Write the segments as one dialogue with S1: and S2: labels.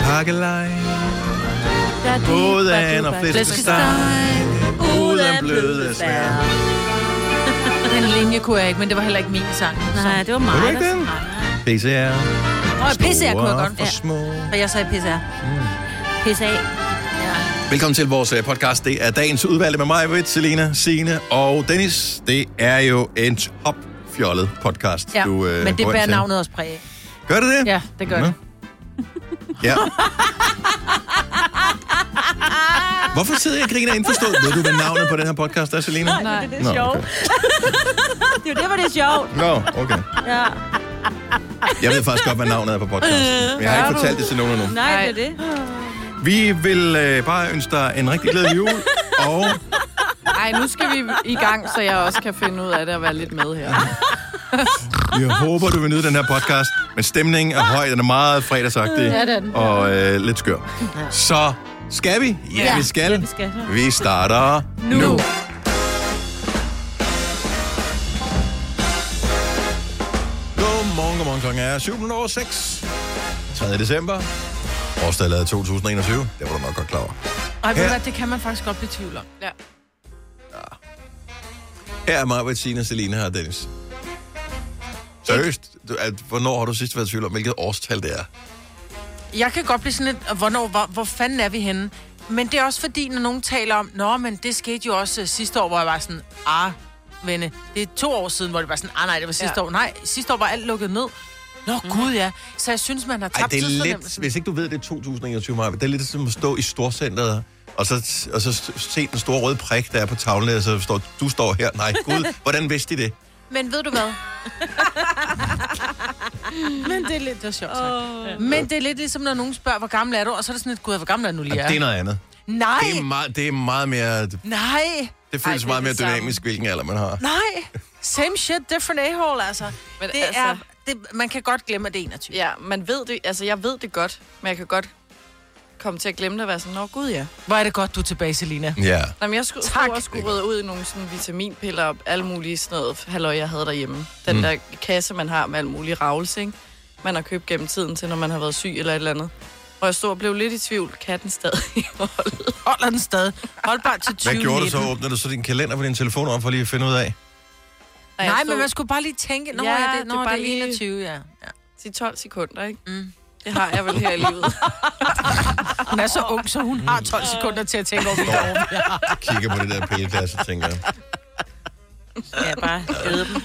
S1: kakkelej. Både an og flæskesteg. Uden bløde svær.
S2: Uh, Den linje kunne jeg ikke, men det var heller ikke min sang.
S3: Nej, det var mig.
S1: Var du ikke den? Pisse er
S2: Og pisse jeg kunne jeg
S1: store
S2: godt.
S1: for små. Mm.
S2: For jeg sagde pisse her.
S3: Pisse af.
S1: Velkommen til vores øh, podcast. Det er dagens udvalgte med mig, Britt, Selina, Signe og Dennis. Det er jo en topfjollet podcast.
S2: Ja.
S1: du, øh,
S2: men det
S1: går ind
S2: bærer
S1: til.
S2: navnet også præg af.
S1: Gør det det?
S2: Ja, det gør det.
S1: Ja. Hvorfor sidder jeg og griner indforstået? Ved du, hvad navnet på den her podcast er, Selina?
S2: Nej.
S3: Det er
S1: Nå,
S3: sjovt.
S1: okay.
S3: Det er jo det, hvor det er sjovt.
S1: Nå, okay.
S3: Ja.
S1: Jeg ved faktisk godt, hvad navnet er på podcasten. Men jeg har ikke fortalt det til nogen endnu.
S3: Nej,
S2: Nej.
S3: det er det.
S1: Vi vil øh, bare ønske dig en rigtig glædelig jul. Og
S4: Ej, nu skal vi i gang, så jeg også kan finde ud af det og være lidt med her.
S1: vi håber, du vil nyde den her podcast. Men stemningen er høj. Den er meget fredagsagtig.
S4: Ja, det er den.
S1: Og øh, lidt skør. Så skal vi? Ja, vi skal.
S3: vi skal.
S1: Vi starter nu. nu. Godmorgen, godmorgen. Klokken er 7.06. 3. december. Årstallet er 2021. Det var du nok godt klar over.
S2: Ej, ved du
S1: Ja.
S2: hvad, det kan man faktisk godt blive i tvivl om.
S4: Ja.
S1: Her er Maja, Bettina, Selina og Dennis. Seriøst, du, at, hvornår har du sidst været i tvivl om, hvilket årstal det er?
S2: Jeg kan godt blive sådan lidt, hvornår, hvor, hvor fanden er vi henne? Men det er også fordi, når nogen taler om, nå, men det skete jo også øh, sidste år, hvor jeg var sådan, ah, venne, det er to år siden, hvor det var sådan, ah nej, det var sidste
S4: Ja.
S2: år. Nej, sidste år var alt lukket ned. Nå mm. gud, ja. Så jeg synes, man har tabt
S1: Ej, det er lidt,
S2: tidsfornemmelsen.
S1: hvis ikke du ved, det er 2021, Maja, det er lidt som at stå i storcenteret, og så, og så se den store røde prik, der er på tavlen, og så står, du står her. Nej, gud, hvordan vidste de det?
S2: Men ved du hvad? men det er lidt, det er sjovt oh. Men det er lidt ligesom, når nogen spørger, hvor gammel er du? Og så er det sådan lidt, gud, hvor gammel er du nu lige?
S1: Ja.
S2: er?"
S1: Det er noget andet.
S2: Nej,
S1: Det er meget, det er meget mere, det
S2: nej,
S1: føles
S4: det er
S1: meget mere
S4: det samme.
S1: dynamisk, hvilken alder man har.
S2: nej. Same shit, different a-hole, altså.
S4: Men
S2: Det
S4: altså-
S2: er, det, man kan godt glemme, at det er 21.
S4: Ja, man ved det. Altså, jeg ved det godt, men jeg kan godt komme til at glemme det og være sådan, nå gud ja.
S2: Hvor er det godt, du er tilbage, Selina.
S1: Ja.
S4: Nå, men jeg skulle,
S2: Tak.
S4: stod også skulle rydde ud i nogle sådan vitaminpiller og alle mulige sådan noget halløj, jeg havde derhjemme. Den mm. der kasse, man har med alt mulig ravelse, ikke? man har købt gennem tiden til, når man har været syg eller et eller andet. Og jeg stod og blev lidt i tvivl. Katten stadig i holdet.
S2: Holder den stadig. Hold bare til 20
S1: Hvad gjorde du så? Åbnede du så din kalender på din telefon om for lige at finde ud af?
S4: Og jeg
S2: Nej,
S4: stod
S2: men man skulle bare lige tænke, nå,
S4: Ja,
S2: ja, det, nå,
S4: det er
S2: det er
S4: bare
S2: bare
S4: lige-
S2: 21, ja. ja.
S4: til 12 sekunder, ikke? Mm. Det har jeg vel her i livet.
S2: Hun er så ung, så hun har 12 sekunder til at tænke over, hvilket år vi har.
S1: Kigger på det der pilleglas og tænker,
S3: Ja, bare æde dem.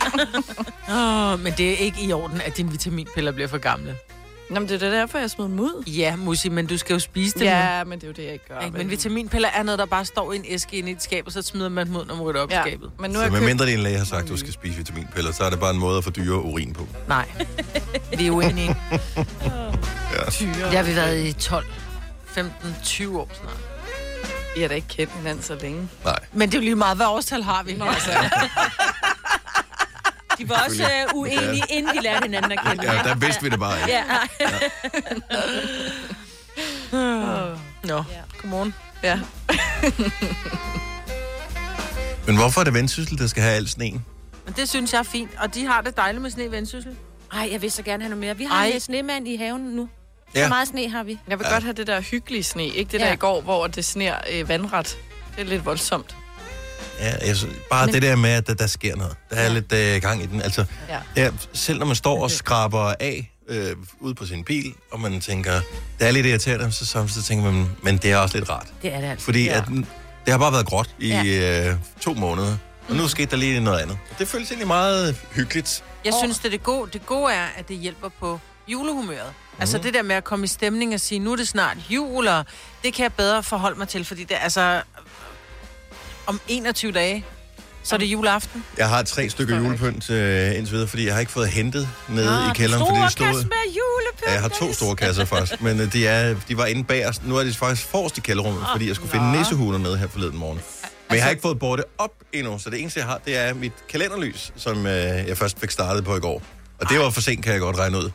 S2: Åh, men det er ikke i orden, at dine vitaminpiller bliver for gamle.
S4: Nå, men det er da derfor, jeg smed dem ud.
S2: Ja, Musi, men du skal jo spise dem. Ja.
S4: Ja, men det er jo det, jeg ikke gør.
S2: Ikke? Men vitaminpiller er noget, der bare står i en æske inde i et skab, og så smider man dem ud, når man rydder op ja. i
S4: ja,
S2: skabet.
S4: men nu har jeg
S1: så med
S4: købt
S1: mindre din læge har sagt, at du skal spise vitaminpiller, så er det bare en måde at få dyre urin på.
S2: Nej, vi er uenige.
S4: tyre.
S2: Det har vi været i 12, 15, 20 år snart.
S4: I har da ikke kendt hinanden så længe.
S1: Nej.
S2: Men det er jo lige meget, hvad årstal har vi? Nå, altså.
S3: De var også øh, uenige, inden de lærte hinanden at kende.
S1: Ja, der vidste vi det bare ikke.
S3: Ja, nej.
S2: Nå, godmorgen.
S4: Ja.
S1: Men hvorfor er det vendsyssel, der skal have al sneen?
S2: Men det synes jeg er fint, og de har det dejligt med sne i vendsyssel.
S3: Ej, jeg vil så gerne have noget mere. Vi har
S2: Ej.
S3: en øh, snemand i haven nu.
S1: Ja.
S3: Hvor meget sne har vi?
S4: Jeg vil ja. godt have det der hyggelige sne, ikke det ja. der
S3: Ja.
S4: i går, hvor det sner øh, vandret. Det er lidt voldsomt.
S1: Ja, jeg synes, bare Men... det der med, at der, der sker noget. Der er lidt øh, gang i den. Altså, ja.
S4: Ja.
S1: Ja, selv når man står og skraber af øh, ude på sin bil, og man tænker, det er lidt irriterende, så samtidig tænker man, men det er også lidt rart.
S3: Det er det altså.
S1: Fordi ja.
S4: Ja.
S1: at, den- det har bare været gråt i ja. øh, to måneder, og nu skete der lige noget andet. Det føles egentlig meget hyggeligt.
S2: Jeg synes, det er det gode. Det gode er, at det hjælper på julehumøret.
S1: Mhm.
S2: Altså det der med at komme i stemning og sige, nu er det snart jul, og det kan jeg bedre forholde mig til, fordi det er altså... Om 21 dage, så er det juleaften.
S1: Jeg har tre stykker julepynt øh, indtil videre, fordi jeg har ikke fået hentet nede ah, i kælderen, fordi det stod...
S3: med julepynt.
S1: Ja, jeg har to store kasser faktisk, men øh, de, er, de var inde bagerst. Nu er de faktisk forrest i
S4: Ah,
S1: kælderrummet, fordi jeg skulle finde nissehuler med her forleden morgen. Men
S4: Altså-
S1: jeg har ikke fået bordet op endnu, så det eneste, jeg har, det er mit kalenderlys, som øh, jeg først fik startet på i går. Og det var for sent, kan jeg godt regne ud.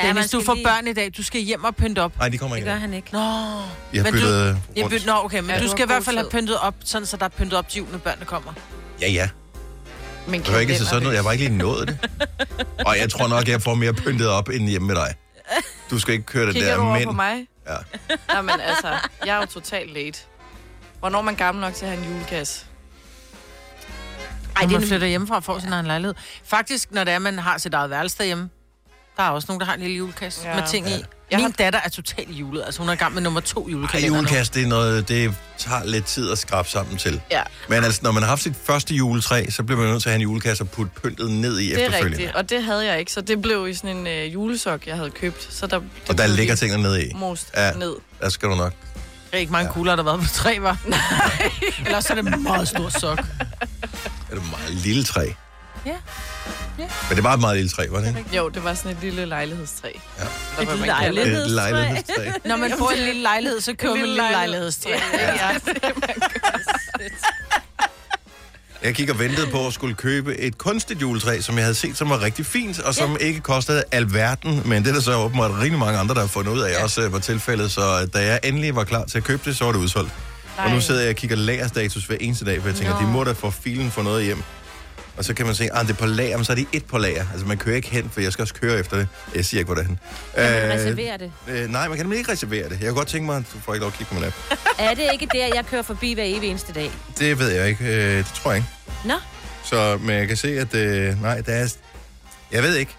S2: Ja, Dennis, du får lige... børn i dag. Du skal hjem og pynte op.
S1: Nej, de kommer
S3: Det
S1: ikke.
S3: gør
S1: endnu.
S3: han ikke.
S2: Nå,
S1: Jeg har
S2: men du-
S1: byttet
S2: jeg
S1: rundt.
S2: bytte, nå okay, men
S4: Ja,
S2: ja,
S4: du
S2: du
S4: har
S2: skal i
S4: god
S2: hvert fald have
S4: tid.
S2: pyntet op, sådan så der er pyntet op til jul, når børnene kommer.
S1: Ja, ja.
S4: Men
S1: Det var ikke så sådan noget. Jeg var ikke lige nået det. Og jeg tror nok, jeg får mere pyntet op end hjemme med dig. Du skal ikke køre det
S4: Kigger du
S1: der
S4: over på
S1: mænd.
S4: mig?
S1: Ja.
S4: Nej, men altså, jeg er jo totalt late. Hvornår er man gammel nok til at have en julekasse?
S2: Ej, det man flytter hjemmefra og får sin egen lejlighed. Faktisk, når det er, man har sit eget værelse derhjemme, der er også nogen, der har en lille julekasse ja.
S4: Ja.
S2: med ting i.
S4: Jeg
S2: Min
S4: har-
S2: datter er totalt julet. Altså, hun er i gang med nummer to
S1: Ej,
S2: julekalender. nu.
S1: julekast, det er noget, det tager lidt tid at skrabe sammen til.
S4: Ja.
S1: Men altså, når man har haft sit første juletræ, så bliver man nødt til at have en julekasse og putte pyntet ned i
S4: Det er
S1: efterfølgende.
S4: rigtigt, og det havde jeg ikke, så det blev i sådan en øh, julesok, jeg havde købt. Så der, det
S1: Og der
S4: blev
S1: ligger
S4: lige
S1: tingene ned i.
S4: Most
S1: Ja.
S4: ja. ned.
S1: Der skal du nok.
S2: Det er ikke mange kugler, der har været på tre, var. Ellers er det en meget stor sok.
S1: Er det meget lille træ?
S2: Ja. Ja.
S1: Men det var et meget lille træ, var det ikke?
S4: Jo, det var sådan et lille lejlighedstræ.
S1: Ja.
S4: Et
S2: Et
S1: Det
S2: lejlighed.
S1: er Et lejlighedstræ.
S2: Når man får en lille lejlighed, så køber man en lille lejlighedstræ.
S4: lejlighedstræ. Ja.
S1: Jeg gik og ventede på at skulle købe et kunstigt juletræ, som jeg havde set, som var rigtig fint, og som ikke kostede alverden, men det er der så åbenbart rigtig mange andre, der har fundet ud af, ja. også øh, var tilfældet, så da jeg endelig var klar til at købe det, så var det udsolgt. Og nu sidder jeg og kigger lagerstatus hver eneste dag, for jeg tænker, Nå. de må da få filen for noget hjem. Og så kan man se, at det er på lager, men så er det et på lager. Altså man kører ikke hen, for jeg skal også køre efter det. Jeg siger ikke, hvor det er
S3: Man
S1: hen.
S3: reserverer det.
S1: øh, nej, man kan nemlig ikke reservere det. Jeg kunne godt tænke mig, at du får ikke lov at kigge på min app.
S3: Er det ikke der, jeg kører forbi hver evig eneste dag?
S1: Det ved jeg ikke. Øh, det tror jeg ikke.
S3: Nå,
S1: Så, men jeg kan se, at... Øh, nej, der er... Jeg ved ikke.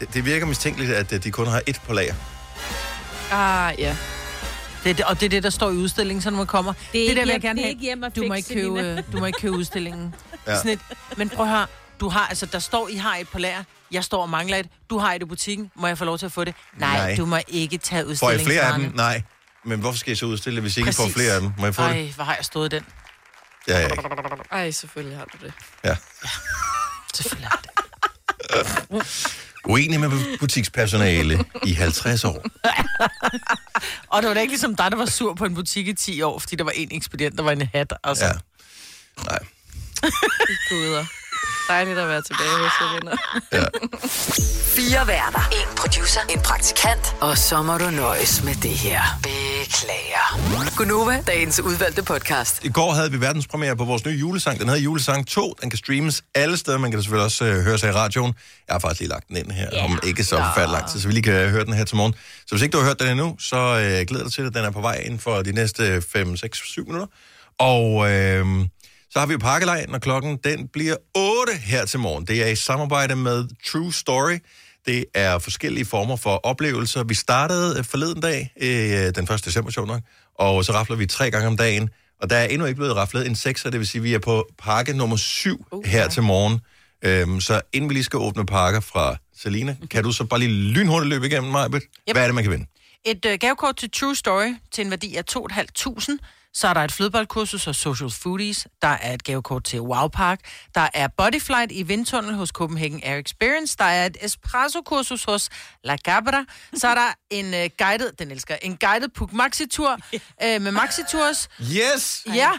S1: Det, det virker mistænkeligt, at øh, de kun har et på lager.
S4: Ah, ja.
S2: Det, er det- og det er det, der står i udstillingen, så når man kommer. Det,
S3: ikke
S2: det der vil jeg gerne
S3: hjem- det er
S2: have.
S3: ikke hjem at
S2: du, må
S3: fikse,
S2: ikke købe, øh,
S3: Nina.
S2: du må ikke købe udstillingen.
S1: Ja.
S2: Ja. Sådan et, men prøv at høre, du har, altså, der står, I har et på lager. Jeg står og mangler et. Du har et i butikken. Må jeg få lov til at få det? Nej,
S1: Nej.
S2: Nej. du må ikke tage
S1: Får jeg
S2: udstillingen.
S1: flere af dem? Nej. Men hvorfor skal jeg så udstille det, hvis jeg ikke får
S2: Præcis.
S1: flere af dem? Må jeg få det?
S2: Ej, hvor har jeg stået i den.
S1: Ja, ja, ikke.
S4: Ej, selvfølgelig har du det.
S1: ja.
S2: Selvfølgelig har jeg det.
S1: Uenig med butikspersonale i 50 år.
S2: Og det var da ikke ligesom dig, der var sur på en butik i 10 år, fordi der var en ekspedient, der var en hat. Altså.
S1: Ja.
S2: Ja.
S1: Nej.
S4: Guder. Dejligt at være tilbage hos
S3: Ah.
S4: jer venner.
S5: Fire værter. En producer. En praktikant. Og så må du nøjes med det her. Beklager. Gunova, dagens udvalgte podcast.
S1: I går havde vi verdenspremiere på vores nye julesang. Den hedder Julesang 2. Den kan streames alle steder. Man kan det selvfølgelig også øh, høre sig i radioen. Jeg har faktisk lige lagt den ind her, yeah. om ikke så forfærdelig lang tid, så vi lige kan øh, høre den her til morgen. Så hvis ikke du har hørt den endnu, så øh, glæder dig til det. Den er på vej inden for de næste 5, 6, 7 minutter. Og øh, så har vi jo pakkelej, når klokken den bliver 8 her til morgen. Det er i samarbejde med True Story. Det er forskellige former for oplevelser. Vi startede øh, forleden dag, øh, den 1. december, sjov nok, og så rafler vi tre gange om dagen. Og der er endnu ikke blevet raflet en sekser, det vil sige, at vi er på pakke nummer syv okay. her til morgen. Øhm, så inden vi lige skal åbne pakker fra Selina, kan du så bare lige lynhurtigt løbe igennem mig, yep. Hvad er det, man kan vinde?
S2: Et øh, gavekort til True Story til en værdi af 2.500. Så er der et flødeboldkursus hos Social Foodies. Der er et gavekort til Wow Park. Der er Bodyflight i vindtunnel hos Copenhagen Air Experience. Der er et espresso-kursus hos La Gabra. Så er der en øh, guided, den elsker, jeg, en guided Puk Maxi-tur øh, med Maxi-tours.
S1: Yes!
S2: Ja,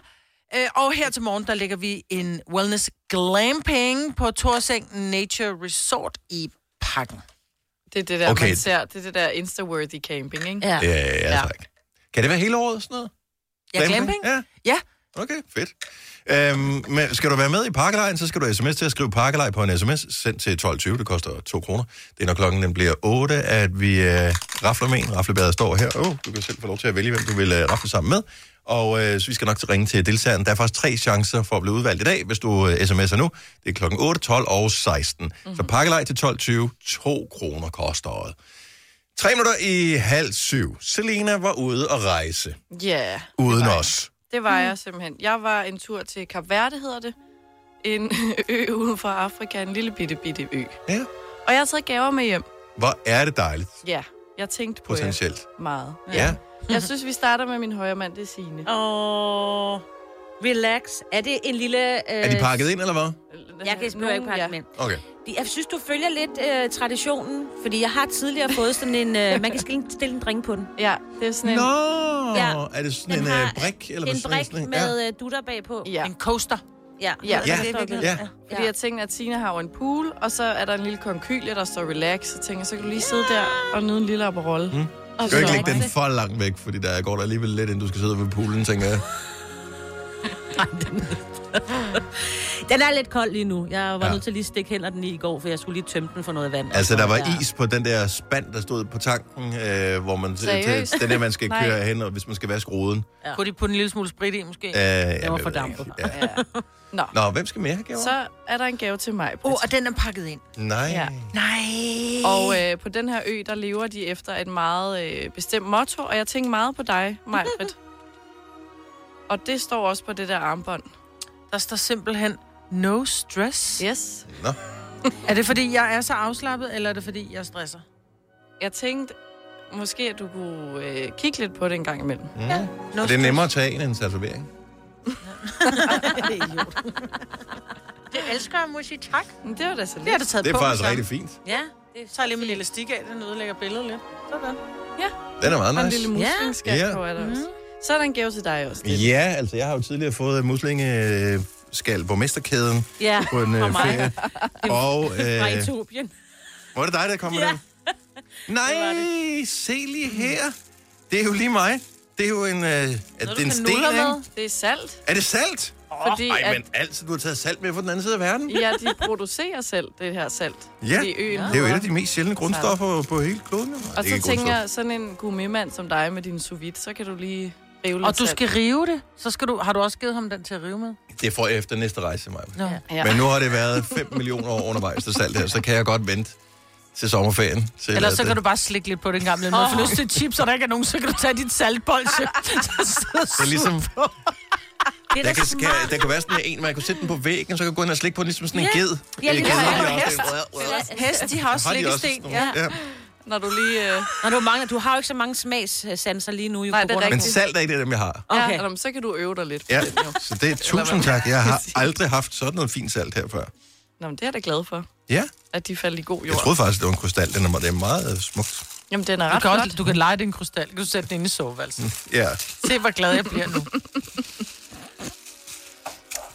S2: øh, og her til morgen, der lægger vi en wellness glamping på Torseng Nature Resort i Pakken.
S4: Det er det der,
S1: Okay.
S4: okay. man ser. Det er det der Insta-worthy camping, ikke?
S3: ja.
S1: Ja, ja, ja, tak. Kan det være hele året, sådan noget?
S2: Ja, glamping?
S1: Ja.
S2: Ja,
S1: Okay, fedt. Øhm, men skal du være med i pakkelejen, så skal du sms til at skrive pakkelej på en sms, sendt til 12.20, det koster 2 kroner. Det er når klokken den bliver 8, at vi øh, rafler med en. Raflebæret står her. Åh, oh, du kan selv få lov til at vælge, hvem du vil øh, rafle sammen med. Og øh, så vi skal nok til at ringe til deltageren. Der er faktisk tre chancer for at blive udvalgt i dag, hvis du øh, sms'er nu. Det er klokken 8, 12 og 16. Mm-hmm. Så pakkelej til 12.20, 2 kroner koster året. Tre minutter i halv syv. Selena var ude at rejse.
S4: Ja,
S1: Uden os.
S4: det
S3: Mm.
S4: var jeg simpelthen. Jeg var en tur til Kap Verde, hedder det. En ø ude fra Afrika, en lille bitte, bitte ø.
S1: Ja.
S4: Og jeg har taget gaver med hjem.
S1: Hvor er det dejligt,
S4: Ja, jeg tænkte på jer
S1: potentielt.
S4: meget.
S1: Ja.
S4: Jeg synes, vi starter med min højre mand, det er Signe.
S3: Åh, relax. Er det en lille... Øh,
S1: Er de pakket ind, eller hvad?
S3: Jeg kan
S4: Nogen-
S3: spørge ikke pakke
S4: ja.
S3: dem ind.
S1: Okay.
S3: De- Jeg synes, du følger lidt øh, traditionen, fordi jeg har tidligere fået sådan en... Øh, man kan stille, en- stille en drink på den.
S4: Ja, det er sådan en...
S1: Nå,
S3: Ja.
S1: er det sådan
S3: Den
S1: en
S3: har
S1: øh, brik?
S3: Det er
S1: Eller
S3: en
S1: hvad sådan
S3: brik
S1: sådan en-
S3: med øh, dutter bagpå.
S4: Ja,
S2: en coaster.
S3: Ja,
S4: Ja.
S1: Ja.
S3: det er virkelig-
S1: Ja.
S4: fordi jeg tænkte, at Tina har jo en pool, og så er der en lille konkylie, der står relax. Så tænker jeg, så kan du lige sidde der og nyde en lille aperol. Mm.
S1: Ja. Skal du ikke lægge den for langt væk, fordi der går der alligevel lidt, inden du skal sidde ved poolen, tænker jeg.
S3: Den er lidt kold lige nu. Jeg var
S1: Ja.
S3: ja. nødt til at lige stikke hænder den i i går, for jeg skulle lige tømme den for noget vand.
S1: Altså,
S3: Og
S1: der
S3: så
S1: var is på den der spand, der stod på tanken, øh, hvor man...
S4: Seriøst?
S1: Den der, man skal
S4: Nej.
S1: køre hen, og hvis man skal vaske roden.
S2: Ja. Kunne de putte en lille smule sprit i, måske?
S1: Øh,
S2: Åh,
S1: jamen,
S2: var
S1: jeg
S2: for
S1: ved
S2: dampet.
S1: ikke. Ja.
S4: Nå,
S1: Nå, hvem skal mere have gaver?
S4: så er der en gave til mig.
S2: oh, og den er pakket ind.
S1: Nej.
S4: Ja.
S2: Nej.
S4: Og øh, på den her ø, der lever de efter et meget øh, bestemt motto, og jeg tænker meget på dig, Majbrit. og det står også på det der armbånd.
S2: Der står simpelthen no stress.
S4: Yes.
S1: Nå. Mm.
S2: Er det, fordi jeg er så afslappet, eller er det, fordi jeg stresser?
S4: Jeg tænkte, måske at du kunne øh, kigge lidt på det en gang imellem.
S2: No
S1: Er det nemmere at tage en end en tatovering?
S2: Det elsker jeg, må jeg sige tak.
S4: Men det var da så lidt.
S2: Det har du taget
S1: Det
S2: på.
S1: er faktisk
S2: med
S1: rigtig
S2: sammen.
S1: fint.
S2: Ja, det tager lige min lille stik af, den ødelægger billedet lidt. Sådan.
S1: Den er meget
S4: Og en
S1: nice.
S4: lille
S3: Ja.
S4: muslingskab
S1: Ja.
S4: yeah. på er der også.
S2: Mm.
S4: Så er der en gave til dig også. Lidt.
S1: Ja, altså jeg har jo tidligere fået muslingeskal på mesterkæden
S3: Ja,
S1: på en øh,
S3: mig.
S1: ferie. Og
S3: Fra
S1: øh,
S3: Etiopien.
S1: var det dig, der kom med
S3: Ja.
S1: den? Nej, se lige her. Det er jo lige mig. Det er jo en, øh, er det en
S2: kan
S1: sten,
S2: nuller
S1: ikke?
S2: med.
S4: Det er salt,
S1: Er det salt?
S4: fordi
S1: Ej, men
S4: at,
S1: altså, du har taget salt med fra den anden side af verden.
S4: ja, de producerer selv det her salt.
S1: Ja,
S4: i øen.
S1: det er jo et af de mest sjældne grundstoffer på hele kloden. jo.
S4: Og
S1: Ikke
S4: så tænker
S1: grundstof.
S4: jeg, sådan en gourmetmand som dig med din sous vide, så kan du lige rive lidt
S2: Og du
S4: salt.
S2: skal rive det. Så skal du, har du også givet ham den til at rive med?
S1: Det får jeg efter næste rejse, mig.
S2: Nå.
S4: Ja.
S1: Men nu har det været 5 millioner år undervejs til salt her, så kan jeg godt vente til sommerferien. Til
S2: Ellers
S1: at,
S2: så
S1: øh,
S2: kan du bare slikke lidt på den gamle. Når du får lyst til chips, og der ikke er nogen, så kan du tage dit saltbold. Så, så,
S1: Det er ligesom,
S3: Det
S1: der
S3: er da
S1: kan, kan,
S3: smart.
S1: der kan være sådan en, man kan sætte den på væggen, så kan du gå ind og slikke på den, ligesom sådan en ged.
S3: Ja,
S1: Eller
S3: lige
S1: ged,
S3: præcis.
S1: har de
S2: Eller
S1: også den.
S2: Hest, de har også
S1: Har de også
S2: slikkesten.
S1: sådan
S2: Ja.
S1: nogle? ja.
S4: Når du lige... Øh,
S3: Nå, du, mangler, du har jo ikke så mange smagssanser lige nu. Jo,
S4: Nej,
S3: på
S4: det er
S3: grund af-
S1: Men salt er ikke det, dem jeg har.
S4: okay.
S3: Okay.
S4: ja, eller, så kan du øve dig lidt.
S1: Ja,
S4: på den, jo.
S1: så det er tusind tak. Jeg har aldrig haft sådan noget fint salt her før.
S4: Nå, men det er jeg da glad for,
S1: Ja,
S4: at de faldt i god
S1: jeg
S4: jord.
S1: troede faktisk, det var en krystal. Den er, det er meget øh, smukt.
S4: Jamen, den er
S2: Du
S4: ret
S2: kan,
S4: flot.
S2: også, du kan lege din krystal. Kan du sætte den ind i soveværelsen?
S1: Ja,
S2: Se, hvor glad jeg bliver nu.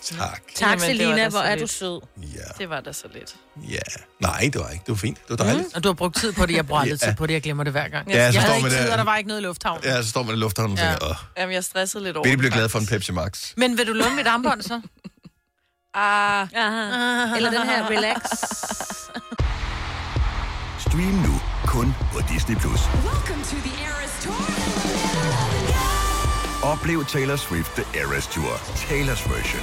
S1: tak.
S3: Tak,
S4: Jamen, det var da
S3: Selina,
S4: så
S3: hvor er
S4: lidt.
S3: du sød.
S1: Ja,
S4: Det var da så lidt.
S1: ja. Nej, det var ikke. Det var fint. Det var dejligt.
S2: Og du har brugt tid på det. Jeg bruger aldrig
S1: Ja.
S2: tid på det. Jeg glemmer det hver gang.
S1: Ja, så
S2: jeg
S1: står
S2: havde ikke
S1: man
S2: tid,
S1: der-
S2: og der var ikke noget i
S4: Mm.
S2: lufthavnen.
S1: Ja, så står man i lufthavnen og
S2: Ja.
S1: tænker, åh,
S4: Jamen, jeg stressede lidt over.
S1: vil de blive
S4: det,
S1: glade for en
S4: faktisk.
S1: Pepsi Max?
S2: Men vil du låne mit armbånd så?
S4: Ah,
S3: Aha. Eller den her relax.
S6: Stream nu kun på Disney+. Plus. Oplev Taylor Swift The Eras Tour, Taylor's version.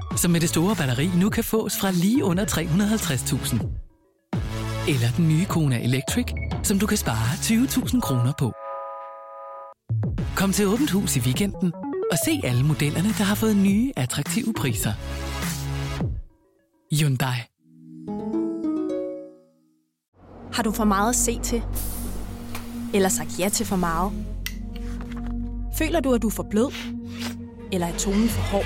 S7: som med det store batteri nu kan fås fra lige under 350.000. Eller den nye Kona Electric, som du kan spare 20.000 kroner på. Kom til Åbent Hus i weekenden og se alle modellerne, der har fået nye, attraktive priser. Hyundai.
S8: Har du for meget at se til? Eller sagt ja til for meget? Føler du, at du er for blød? Eller er tonen for hård?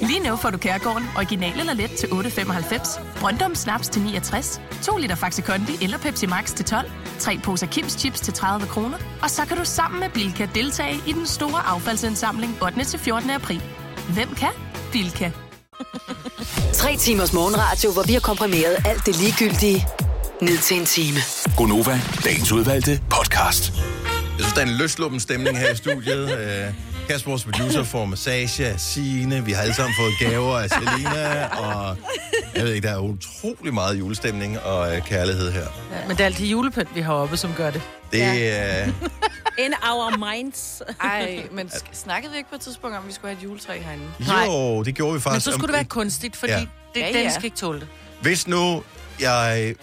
S9: Lige nu får du Kærgården original eller let til 8.95, Brøndum Snaps til 69, 2 liter Faxi Kondi eller Pepsi Max til 12, 3 poser Kims Chips til 30 kroner, og så kan du sammen med Bilka deltage i den store affaldsindsamling 8. til 14. april. Hvem kan? Bilka.
S5: Tre timers morgenradio, hvor vi har komprimeret alt det ligegyldige ned til en time.
S6: Gonova, dagens udvalgte podcast.
S1: Jeg synes, der er en løsluppen stemning her i studiet. Øh, Kasper, vores producer, får massage af Signe. Vi har alle sammen fået gaver af Selina. Og jeg ved ikke, der er utrolig meget julestemning og øh, kærlighed her.
S2: Ja. Men det er altid julepynt, vi har oppe, som gør det.
S1: Det, øh,
S3: In our minds.
S4: ej, men sk- snakkede vi ikke på et tidspunkt om, at vi skulle have et juletræ herinde?
S1: jo, det gjorde vi
S2: Men
S1: faktisk.
S2: så skulle det
S1: Om-
S2: være kunstigt, fordi
S1: Ja.
S2: ja. det,
S4: Ja,
S2: ja,
S4: ja.
S2: den skal ikke tåle det.
S1: Hvis nu jeg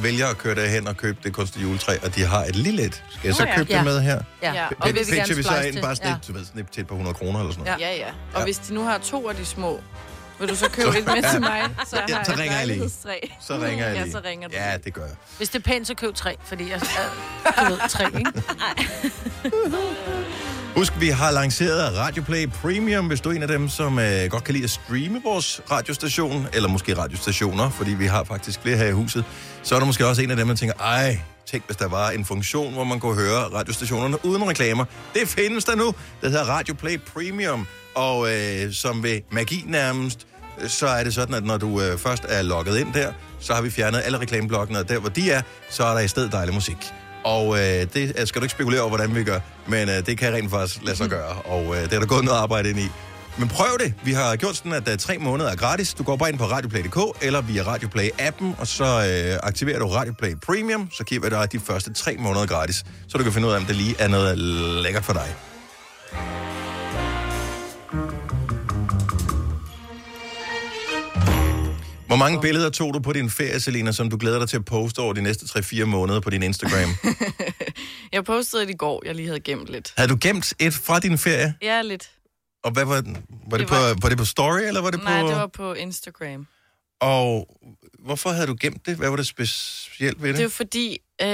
S1: vælger at køre derhen og købe det kunstige juletræ, og de har et lille et. Skal jeg så
S4: Nå ja.
S1: købe
S4: Ja.
S1: det med her?
S4: Ja. Ja, og
S1: Og
S4: vil vi gerne
S1: pitcher vi så
S4: splice
S1: ind
S4: det?
S1: bare snip,
S4: Ja.
S1: du ved, snip til et par hundrede kroner eller sådan
S4: Ja,
S1: noget?
S4: ja. ja. Og
S1: Ja.
S4: hvis de nu har to af de små, vil du så købe et med
S1: Ja.
S4: til mig? Så,
S1: Ja,
S4: har
S1: så
S4: et
S1: ringer jeg lige.
S4: lejlighedstræ.
S1: Så ringer jeg lige.
S4: Ja, så ringer du.
S1: Ja, det gør jeg.
S2: Hvis det er pænt, så køb tre, fordi jeg er du ved, tre, ikke?
S1: Husk, vi har lanceret Radioplay Premium, hvis du er en af dem, som øh, godt kan lide at streame vores radiostation, eller måske radiostationer, fordi vi har faktisk flere her i huset. Så er der måske også en af dem, der tænker, ej, tænk hvis der var en funktion, hvor man kunne høre radiostationerne uden reklamer. Det findes der nu. Det hedder Radioplay Premium, og øh, som ved magi nærmest, øh, så er det sådan, at når du øh, først er logget ind der, så har vi fjernet alle reklameblokkene, og der hvor de er, så er der i stedet dejlig musik. Og øh, det øh, skal du ikke spekulere over, hvordan vi gør, men øh, det kan rent faktisk lade sig gøre, og øh, det er der gået noget arbejde ind i. Men prøv det. Vi har gjort sådan, at øh, tre måneder er gratis. Du går bare ind på radioplay.dk eller via Radioplay-appen, og så øh, aktiverer du Radioplay Premium, så giver vi dig de første tre måneder gratis, så du kan finde ud af, om det lige er noget øh, lækkert for dig. Hvor mange billeder tog du på din ferie, Selina, som du glæder dig til at poste over de næste 3-4 måneder på din Instagram?
S4: Jeg postede et i går, jeg lige havde gemt lidt.
S1: Havde du gemt et fra din ferie?
S4: Ja, lidt.
S1: Og hvad var den? Var det,
S4: Det var-
S1: på, var det på story, eller var det
S4: Nej,
S1: på...
S4: det var på Instagram.
S1: Og hvorfor havde du gemt det? Hvad var det specielt ved det?
S4: Det var fordi, øh,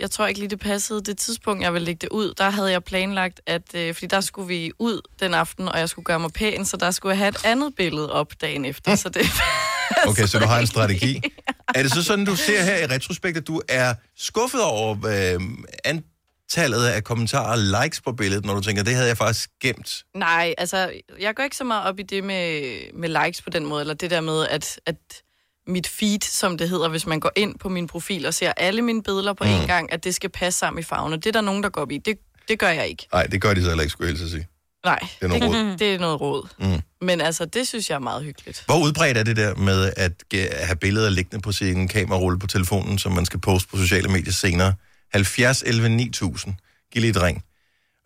S4: jeg tror ikke lige, det passede det tidspunkt, jeg ville lægge det ud. Der havde jeg planlagt, at øh, fordi der skulle vi ud den aften, og jeg skulle gøre mig pæn, så der skulle jeg have et andet billede op dagen efter. Så det
S1: Okay, så du har en strategi. Er det så sådan, du ser her i retrospekt, at du er skuffet over øh, antallet af kommentarer og likes på billedet, når du tænker, det havde jeg faktisk gemt?
S4: Nej, altså, jeg går ikke så meget op i det med, med likes på den måde, eller det der med, at, at mit feed, som det hedder, hvis man går ind på min profil og ser alle mine billeder på
S1: Mm.
S4: én gang, at det skal passe sammen i farverne. Det er der nogen, der går op i. Det, det gør jeg ikke.
S1: Nej, det gør de så heller ikke, skulle jeg helst sige.
S4: Nej,
S1: Det er noget råd.
S4: det er noget råd.
S1: Mm.
S4: Men altså, det synes jeg er meget hyggeligt.
S1: Hvor udbredt er det der med at ge- have billeder liggende på sin kamerarulle på telefonen, som man skal poste på sociale medier senere? 70 11 9000. Giv lige et ring.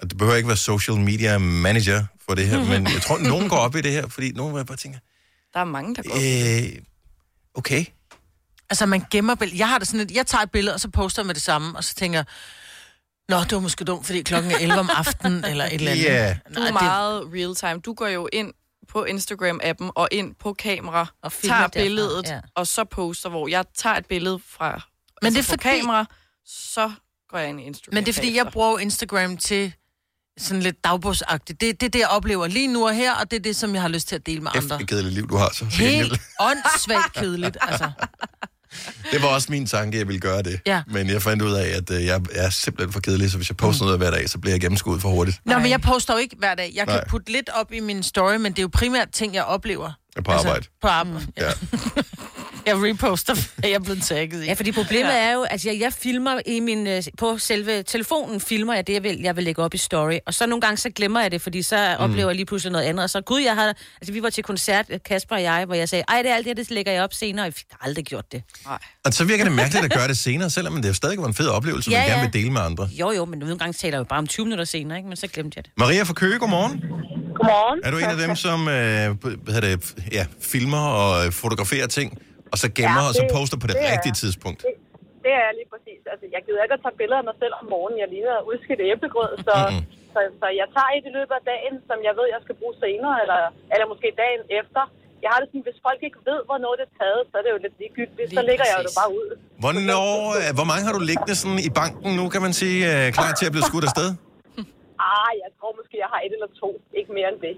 S1: Og det behøver ikke være social media manager for det her, men jeg tror, nogen går op i det her, fordi nogen bare tænker,
S4: Der er mange, der går op i det.
S1: øh, okay,
S2: Altså, man gemmer billeder. Jeg har det sådan, at jeg tager et billede, og så poster jeg med det samme, og så tænker jeg, Nå, det var måske dumt, fordi klokken er 11 om aftenen, eller et eller andet.
S1: Ja.
S4: Du er meget real time. Du går jo ind på Instagram-appen og ind på kamera, og
S2: filmer
S4: tager
S2: derfra,
S4: billedet,
S2: ja.
S4: og så poster, hvor jeg tager et billede fra
S2: Men
S4: altså
S2: det er
S4: fra
S2: fordi-
S4: kamera, så går jeg ind i Instagram.
S2: Men det er, fordi
S4: bagefter.
S2: jeg bruger jo Instagram til sådan lidt dagbogsagtigt. Det er det, er det, jeg oplever lige nu og her, og det er det, som jeg har lyst til at dele med
S1: efter
S2: andre.
S1: det kedelige liv, du har så.
S2: Helt åndssvagt kedeligt, altså.
S1: Det var også min tanke, jeg ville gøre det.
S2: Ja.
S1: Men jeg fandt ud af, at øh, jeg er simpelthen for kedelig, så hvis jeg poster noget hver dag, så bliver jeg gennemskuet for hurtigt.
S2: Mm. Nå, men jeg poster jo ikke hver dag. Jeg kan
S1: Nej.
S2: putte lidt op i min story, men det er jo primært ting, jeg oplever.
S1: På arbejde.
S2: På arbejde. Mm.
S1: Ja.
S2: Jeg reposter, at jeg er blevet tagget i.
S3: Ja, fordi problemet ja. er jo, at altså, jeg, jeg filmer i min, øh, på selve telefonen, filmer jeg det, jeg vil, jeg vil lægge op i story. Og så nogle gange, så glemmer jeg det, fordi så mm. oplever jeg lige pludselig noget andet. Og så, gud, jeg har, altså vi var til koncert, Kasper og jeg, hvor jeg sagde, ej, det er alt det her, det lægger jeg op senere. Jeg fik aldrig gjort det.
S4: Nej.
S1: Og så virker det mærkeligt at gøre det senere, selvom det jo stadig var en fed oplevelse, man
S3: Ja,
S1: gerne
S3: ja.
S1: vil dele med andre.
S3: Jo, jo, men nogle gange taler jeg jo bare om 20 minutter senere, ikke? men så glemte jeg det.
S1: Maria fra Køge, godmorgen.
S10: Godmorgen.
S1: Er du en af dem, som øh, hvad hedder det, ja, filmer og øh, fotograferer ting, og så gemmer, ja,
S10: Ja,
S1: det, og så
S10: det-
S1: poster på det,
S10: det er-
S1: rigtige tidspunkt?
S10: Det, det er jeg lige præcis. Altså, jeg gider ikke at tage billeder af mig selv om morgenen. Jeg ligner udskilt æblegrød, så,
S1: Mhm.
S10: mm-hmm. så, så jeg tager et i løbet af dagen, som jeg ved, jeg skal bruge senere, eller, eller måske dagen efter. Jeg har det sådan, hvis folk ikke ved, hvornår det er taget, så er det jo lidt ligegyldigt. så
S4: Lige
S10: lægger jeg jo det
S4: præcis.
S10: bare ud.
S1: Hvornår, øh, hvor mange har du liggende sådan i banken nu, kan man sige, øh, klar til at blive skudt
S10: Uh,
S1: afsted?
S10: Ah, jeg tror måske, jeg har et eller to. Ikke mere end det.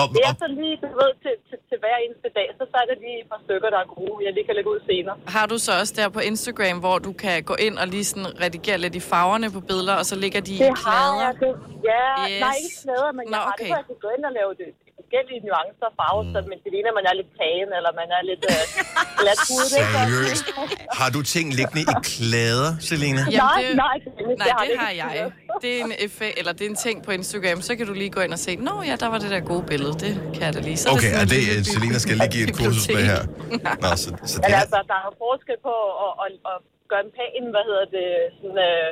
S1: Og,
S10: Det er
S1: og,
S10: så lige, du ved, til, til, til hver eneste dag, så, så er der lige et par stykker, der er gode, jeg lige kan lægge ud senere.
S4: Har du så også der på Instagram, hvor du kan gå ind og lige sådan redigere lidt i farverne på billeder, og så ligger de i
S10: Det har
S4: knader?
S10: jeg. Det, ja, yes.
S4: Yes.
S10: nej, ikke klæder, men Nå,
S4: Nå,
S10: jeg har
S4: okay.
S10: okay. det, hvor jeg kan gå ind og lave det i forskellige nuancer og farver, mm. så man det ligner, at man er lidt tagen, eller man er lidt øh, glat hud, ikke?
S1: seriøst, har du ting liggende i klæder, Selina?
S4: Jamen,
S10: nej,
S4: det-
S10: nej, Dennis,
S4: Nej, det
S10: ikke.
S4: har jeg. Det er en effekt, eller det er en ting på Instagram, så kan du lige gå ind og se, nå ja, der var det der gode billede, det kan jeg da lige. Så
S1: Okay,
S4: sådan
S1: er
S4: en
S1: det,
S4: lille
S1: øh,
S4: by-
S1: Selina skal lige give et kursus med her. Nå, så, så det
S10: Men
S1: er,
S10: altså, der er jo forskel på at, at, at gøre en pæn, hvad hedder det, sådan, øh,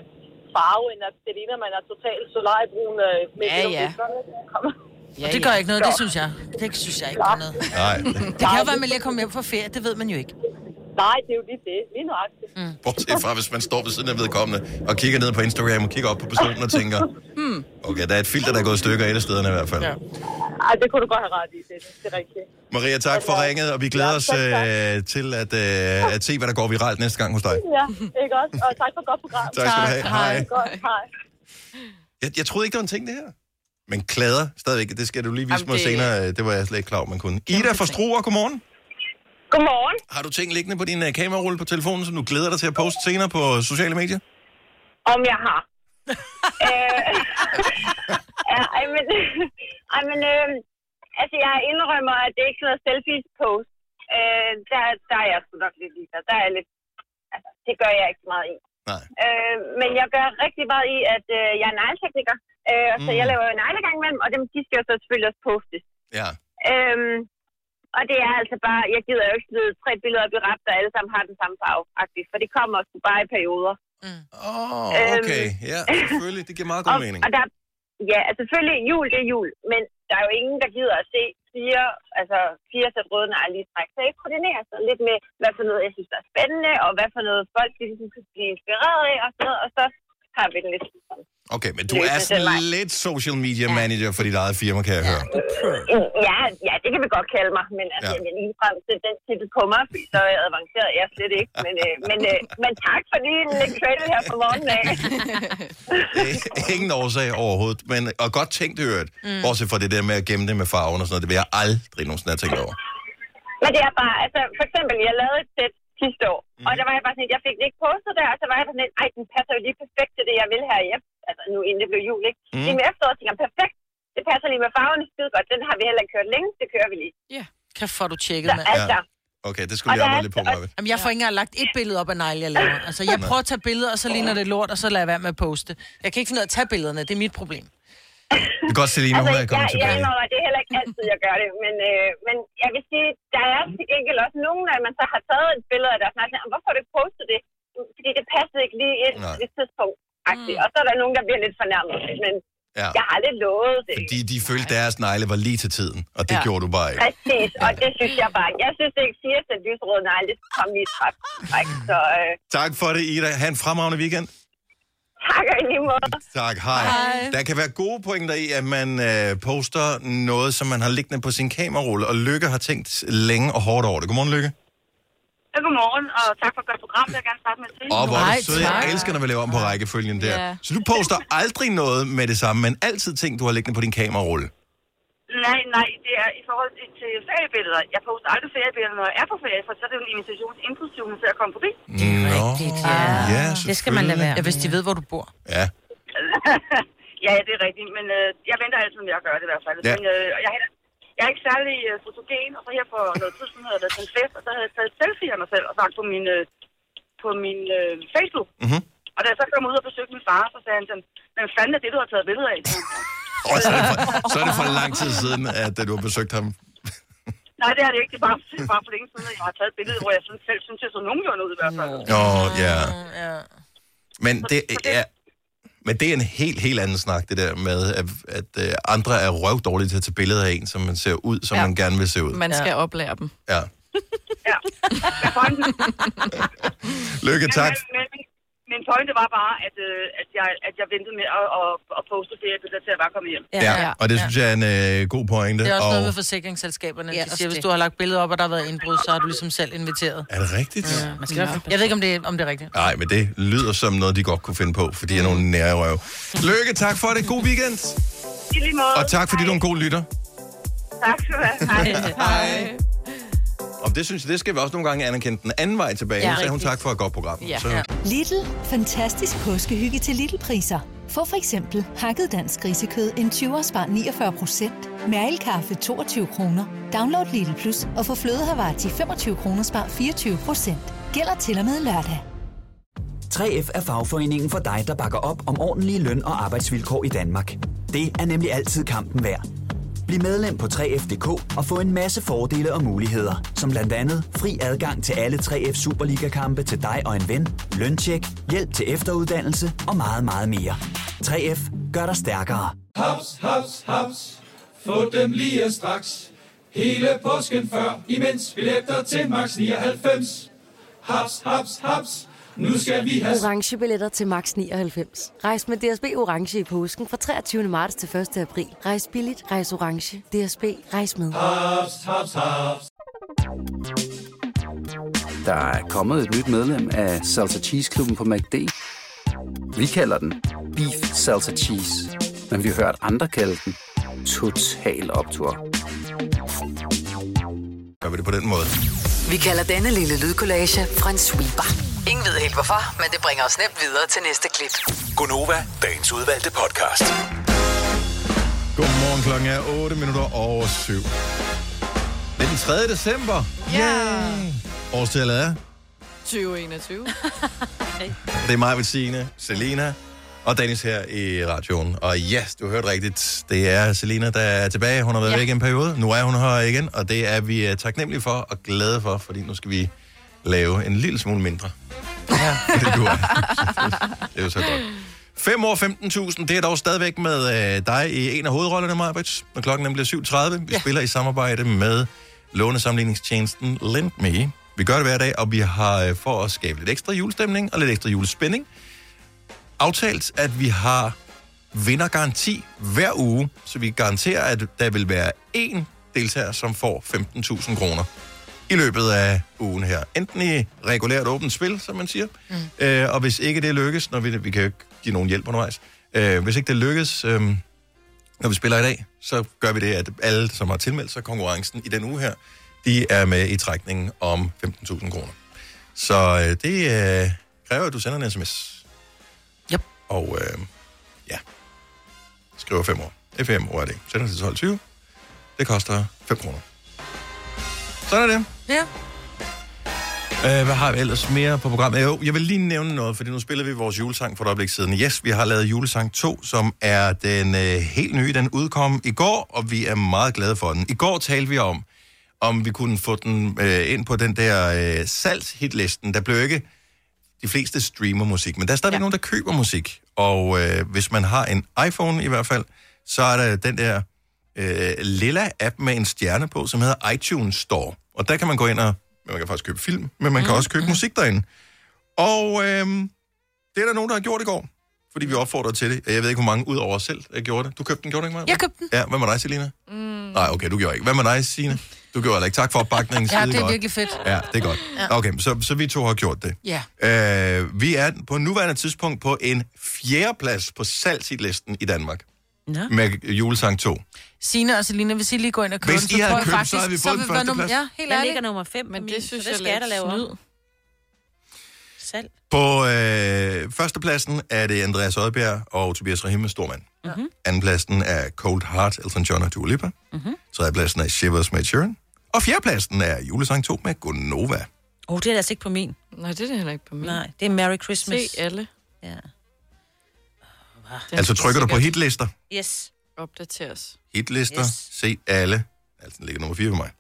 S10: farve, end at det ligner, man er totalt solarbrun øh, med
S4: Ja, ja.
S2: Og det gør ikke noget, det synes jeg. Det synes jeg ikke er noget.
S1: nej,
S2: Det kan jo være, at man lige kommer hjem fra ferie, det ved man jo ikke.
S10: Nej, det er jo lige det. Lige nøjagtigt. Mm.
S1: Bortset fra, hvis man står ved siden af vedkommende og kigger ned på Instagram og kigger op på personen og tænker,
S10: Hmm.
S1: okay, der er et filter, der er gået i stykker et af stederne i hvert fald.
S10: Ja. Ej, det kunne du godt have ret i, det, det er rigtigt.
S1: Maria, tak for ringet, og vi glæder os øh, til at, øh, at se, hvad der går viralt næste gang hos dig.
S10: Ja, ikke også? Og tak for et godt program.
S1: Tak skal du have. Tak. Hej.
S10: Godt, hej.
S1: Jeg, jeg troede ikke, det var en ting, det her. Men klader stadigvæk. Det skal du lige vise
S10: Jamen,
S1: Jamen, mig
S10: det-
S1: senere. Det var jeg slet ikke klar over, man kunne. Ida fra Struer, godmorgen.
S10: Godmorgen.
S1: Har du ting liggende på din uh, kamerarulle på telefonen, som du glæder dig til at poste senere på sociale medier?
S10: Om jeg har. øh, ja, ej, men, ej, men øh, altså, jeg indrømmer, at det ikke er sådan noget selfies post. Øh, der, der er jeg sgu nok lidt ligeglad. Der er jeg lidt, altså, det gør jeg ikke så meget i.
S1: Nej.
S10: Øh, men jeg gør rigtig meget i, at øh, jeg er negletekniker. Øh, mm. Så
S1: Mm.
S10: jeg laver jo negle gang imellem, og dem, de skal jo så selvfølgelig også postes.
S1: Ja.
S10: Øhm, og det er altså bare, jeg gider jo ikke smide tre billeder op i rap, der alle sammen har den samme farve, faktisk, for det kommer sgu bare i perioder.
S1: Åh, oh,
S10: Øhm.
S1: okay. Ja, selvfølgelig. Det giver meget god
S10: og,
S1: mening.
S10: Og der, ja, altså selvfølgelig, jul det er jul, men der er jo ingen, der gider at se fire, altså fire sæt røde negle lige træk. Så jeg koordinerer sådan lidt med, hvad for noget, jeg synes, der er spændende, og hvad for noget folk, de ligesom kan blive inspireret af, og sådan noget, og så har vi den lidt sådan.
S1: Okay, men du
S10: Løsende
S1: er
S10: den vej.
S1: sådan lidt social media manager for dit eget firma, kan jeg høre.
S10: Mm, Ja, ja, det kan vi godt kalde mig, men altså, ja.
S1: Ja.
S10: jeg vil lige frem til den titel på mig, fordi så er jeg avanceret jeg slet ikke. Men, øh, men, øh, men tak for lige en lidt credit her på morgenen af.
S1: Ingen årsag overhovedet, men og godt tænkt i øvrigt. Mm. Bortset fra det der med at gemme det med farven og sådan noget, det vil jeg aldrig nogensinde have tænkt over.
S10: Men det er bare, altså for eksempel, jeg lavede et sæt sidste år, mm. og der var jeg bare sådan, lidt, jeg fik det ikke postet der, og så var jeg bare sådan, lidt, ej, den passer jo lige perfekt til det, jeg vil her hjem. Altså nu inden det blev jul, ikke?
S1: Mm.
S10: Mm. Lige med efteråret tænker jeg, perfekt, det passer lige med farverne skide godt, den har vi heller ikke kørt længe, det kører vi lige.
S2: Ja. Kan få du tjekket,
S10: Så
S2: mand.
S10: altså,
S1: Okay, det skulle jeg arbejde lidt på, Marvind.
S2: Jamen, jeg får ikke engang lagt et billede op af negle, jeg laver. Altså, jeg
S1: Nej.
S2: prøver at tage billeder, og så ligner det lort, og så lader jeg være med at poste. Jeg kan ikke finde ud af at tage billederne, det er mit problem.
S1: Det er godt, Selina, hun er
S10: Altså, jeg,
S1: kommet
S10: jeg
S1: tilbage.
S10: indrømmer, det er heller ikke altid, jeg gør det, men, øh, men jeg vil sige, der er til gengæld også nogen, at man så har taget et billede af deres nakke, og hvorfor har du ikke postet det? Fordi det passede ikke lige ind
S1: Nej.
S10: til det tidspunkt. Mm. Og så er der nogen, der bliver lidt fornærmet, men
S1: Ja.
S10: ja. jeg har lidt lovet det.
S1: Fordi de følte, deres negle var lige til tiden, og det
S10: Ja.
S1: ja. gjorde du bare ikke.
S10: Præcis, og det synes jeg bare. Jeg synes ikke, siger at lysrød, nej, det skal komme lige i træt. Tak, så øh,
S1: Tak for det, Ida. Ha' en fremragende weekend.
S10: tak og i lige måde.
S1: Tak, hej.
S10: Hej.
S1: Der kan være gode pointer i, at man øh, poster noget, som man har liggende på sin kamerarulle, og Lykke har tænkt længe og hårdt over det. Godmorgen, Lykke.
S11: Ja, Godmorgen, og tak for et godt program. Jeg vil gerne starte med at sige.
S1: Og hvor er du sød. Jeg elsker, når vi laver om på rækkefølgen der.
S11: Ja.
S1: Så du poster aldrig noget med det samme, men altid ting, du har liggende på din kamerarulle.
S11: Nej, nej, det er i forhold til, til feriebilleder. Jeg poster aldrig feriebilleder, når jeg er på ferie, for så er det jo en invitation til inklusionen til at komme forbi.
S1: Rigtigt, ja. ja
S2: Det skal man lade være. Ja, hvis de ved, hvor du bor.
S1: Ja.
S11: ja, ja, det er rigtigt, men øh, jeg venter altid med at gøre det i hvert fald.
S1: Ja.
S11: Ja. Men, øh, og jeg, er heller- jeg er ikke særlig øh, fotogen, og så her for noget tid siden havde jeg været til en fest, og så havde jeg taget et selfie af mig selv og sagt på min, øh, på min øh, Facebook.
S1: Mhm.
S11: Og da jeg så kom ud og besøgte min far, så sagde han sådan, men fanden er det, du har taget billeder af?
S1: Og så er, det for, så er det for lang tid siden, at øh, du har besøgt ham.
S11: Nej, det er det ikke. Det er bare, det er bare for længe siden, at jeg har taget et billede, hvor jeg synes, selv synes, jeg så nogenlunde ud i hvert fald.
S1: Nå, ja.
S2: ja.
S1: Men det er... Men det er en helt, helt anden snak, det der med, at, at øh, andre er røvdårlige til at tage billeder af en, som man ser ud, som
S4: Ja.
S1: ja. man gerne vil se ud.
S4: Man skal ja. oplære dem.
S1: Ja. Lykke, tak.
S11: Men, men, min pointe var bare, at, øh, at, jeg, at jeg ventede med at, at, at poste feriebilleder til at bare komme hjem.
S1: Ja, og det synes jeg er en øh, god pointe.
S2: Det er også noget med
S1: og...
S2: forsikringsselskaberne.
S11: Ja,
S2: Ja, de
S11: også
S2: siger, hvis
S11: det.
S2: du har lagt billeder op, og der har været indbrud, så er du ligesom selv inviteret.
S1: Er det rigtigt?
S2: Ja, man skal ja. Jeg ved ikke, om det, er, om det er rigtigt.
S1: Nej, men det lyder som noget, de godt kunne finde på, fordi jeg er nogle nære røv. Lykke, tak for det. God weekend.
S11: I lige måde.
S1: Og tak, fordi du er en god lytter.
S11: Tak skal du have. Hej.
S1: Og det synes jeg, det skal vi også nogle gange anerkende den anden vej tilbage.
S12: Ja,
S1: Ja, så er hun
S12: rigtigt.
S1: tak for et godt program. Så...
S12: Lidl. Fantastisk påskehygge til Lidl-priser. Få for eksempel hakket dansk grisekød en 20 spar 49 Mærelkaffe 22 kroner. Download Lidl Plus og få flødehavar til 25 kroner spar 24 Gælder til og med lørdag.
S13: 3F er fagforeningen for dig, der bakker op om ordentlige løn- og arbejdsvilkår i Danmark. Det er nemlig altid kampen værd. Bliv medlem på 3F.dk og få en masse fordele og muligheder, som blandt andet fri adgang til alle 3F Superliga-kampe til dig og en ven, løntjek, hjælp til efteruddannelse og meget, meget mere. 3F gør dig stærkere.
S14: Haps, haps, haps. Få dem lige straks. Hele påsken før, imens vi læfter til max 99. haps, haps, haps. Nu skal vi have
S15: orange billetter til max 99. Rejs med DSB orange i påsken fra 23. marts til 1. april. Rejs billigt, rejs orange. DSB rejs med.
S14: haps, haps, haps.
S16: Der er kommet et nyt medlem af Salsa Cheese Klubben på MACD. Vi kalder den Beef Salsa Cheese, men vi har hørt andre kalde den Total Optor.
S1: Gør vi det på den måde?
S5: Vi kalder denne lille lydkollage en sweeper. Ingen ved helt hvorfor, men det bringer os nemt videre til næste klip.
S17: Gunova, dagens udvalgte podcast.
S1: Godmorgen klokken er 8 minutter over 7. Det er den 3. december.
S4: Yeah.
S1: Årstallet er.
S4: 2021.
S1: Det er mig, Signe, Selina og Dennis her i radioen. Og yes, du hørte rigtigt. Det er Selina, der er tilbage. Hun har været
S18: Ja.
S1: ja. væk i en periode. Nu er hun her igen, og det er vi øh, taknemmelige for og glade for, fordi nu skal vi lave en lille smule mindre. Ja. Det, du er. det er jo så godt. 5 år 15.000, det er dog stadigvæk med øh, dig i en af hovedrollerne, Marbridge. Når klokken nemlig er 7.30. Vi ja. spiller i samarbejde med lånesamligningstjenesten LendMe. Vi gør det hver dag, og vi har øh, for at skabe lidt ekstra julestemning og lidt ekstra julespænding, aftalt, at vi har vindergaranti hver uge, så vi garanterer, at der vil være én deltager, som får 15.000 kroner i løbet af ugen her. Enten i regulært åbent spil, som man siger, mm. øh, og hvis ikke det lykkes, når vi, vi kan jo ikke give nogen hjælp undervejs, øh, hvis ikke det lykkes, øh, når vi spiller i dag, så gør vi det, at alle, som har tilmeldt sig konkurrencen i den uge her, de er med i trækningen om 15.000 kroner. Så øh, det øh, kræver, at du sender en sms. Og øh, ja, skriver 5 år. FM år er det. Sender til 1220. Det koster 5 kroner. Sådan er det.
S2: Ja.
S1: Øh, hvad har vi ellers mere på programmet? Jo, jeg vil lige nævne noget, fordi nu spiller vi vores julesang for et øjeblik siden. Yes, vi har lavet julesang 2, som er den øh, helt nye. Den udkom i går, og vi er meget glade for den. I går talte vi om, om vi kunne få den øh, ind på den der øh, salgshitlisten. Der blev ikke de fleste streamer musik, men der er stadigvæk ja. nogen, der køber musik. Og øh, hvis man har en iPhone i hvert fald, så er der den der øh, lilla app med en stjerne på, som hedder iTunes Store. Og der kan man gå ind og... Man kan faktisk købe film, men man kan
S2: Mm.
S1: også købe musik derinde. Og øh, det er der nogen, der har gjort i går, fordi vi opfordrer til det. Jeg ved ikke, hvor mange ud over os selv, der gjorde det. Du købte den, gjorde du ikke, Maja?
S2: Jeg købte den.
S1: Ja, hvad med dig, Selina? Mm. Nej, okay, du gjorde ikke. Hvad med dig, Signe? Du gjorde heller ikke. Tak for opbakningen.
S2: Ja,
S1: skide
S2: det er
S1: godt.
S2: virkelig fedt.
S1: Ja, det er godt.
S2: Ja.
S1: Okay, så, så vi to har gjort det.
S2: Ja.
S1: Øh, vi er på nuværende tidspunkt på en fjerdeplads på salgsitlisten i Danmark
S2: Nå.
S1: med julesang 2.
S2: Signe og Selina, hvis I lige går ind og køber
S1: Hvis
S2: den,
S1: I
S2: så
S1: havde
S2: tror jeg
S1: købt, så
S2: faktisk,
S1: havde vi fået den
S2: vi været
S1: første
S2: nummer-
S1: plads.
S2: Ja, helt
S3: Jeg
S2: ærligt.
S3: ligger nummer 5, men det synes så det
S4: jeg
S3: skal
S4: er
S3: jeg da lave
S4: lidt
S3: om. Salg.
S1: På øh, førstepladsen er det Andreas Oddbjerg og Tobias Rahim med Stormand.
S3: Mm-hmm.
S1: Andenpladsen er Cold Heart, Elton John og Dua Lipa.
S3: Mhm.
S1: Tredjepladsen er Shivers med Sharon. Og fjerdepladsen er julesang 2 med Gunova.
S3: Åh, oh, det er altså ikke på min.
S4: Nej, det er det heller ikke på min.
S3: Nej, det er Merry Christmas.
S4: Se alle.
S3: Ja.
S1: Altså trykker du på
S4: sikkert
S1: hitlister?
S3: Yes.
S4: Opdateres.
S1: Hitlister,
S4: Yes.
S1: se alle. Altså, den ligger nummer 4 for mig.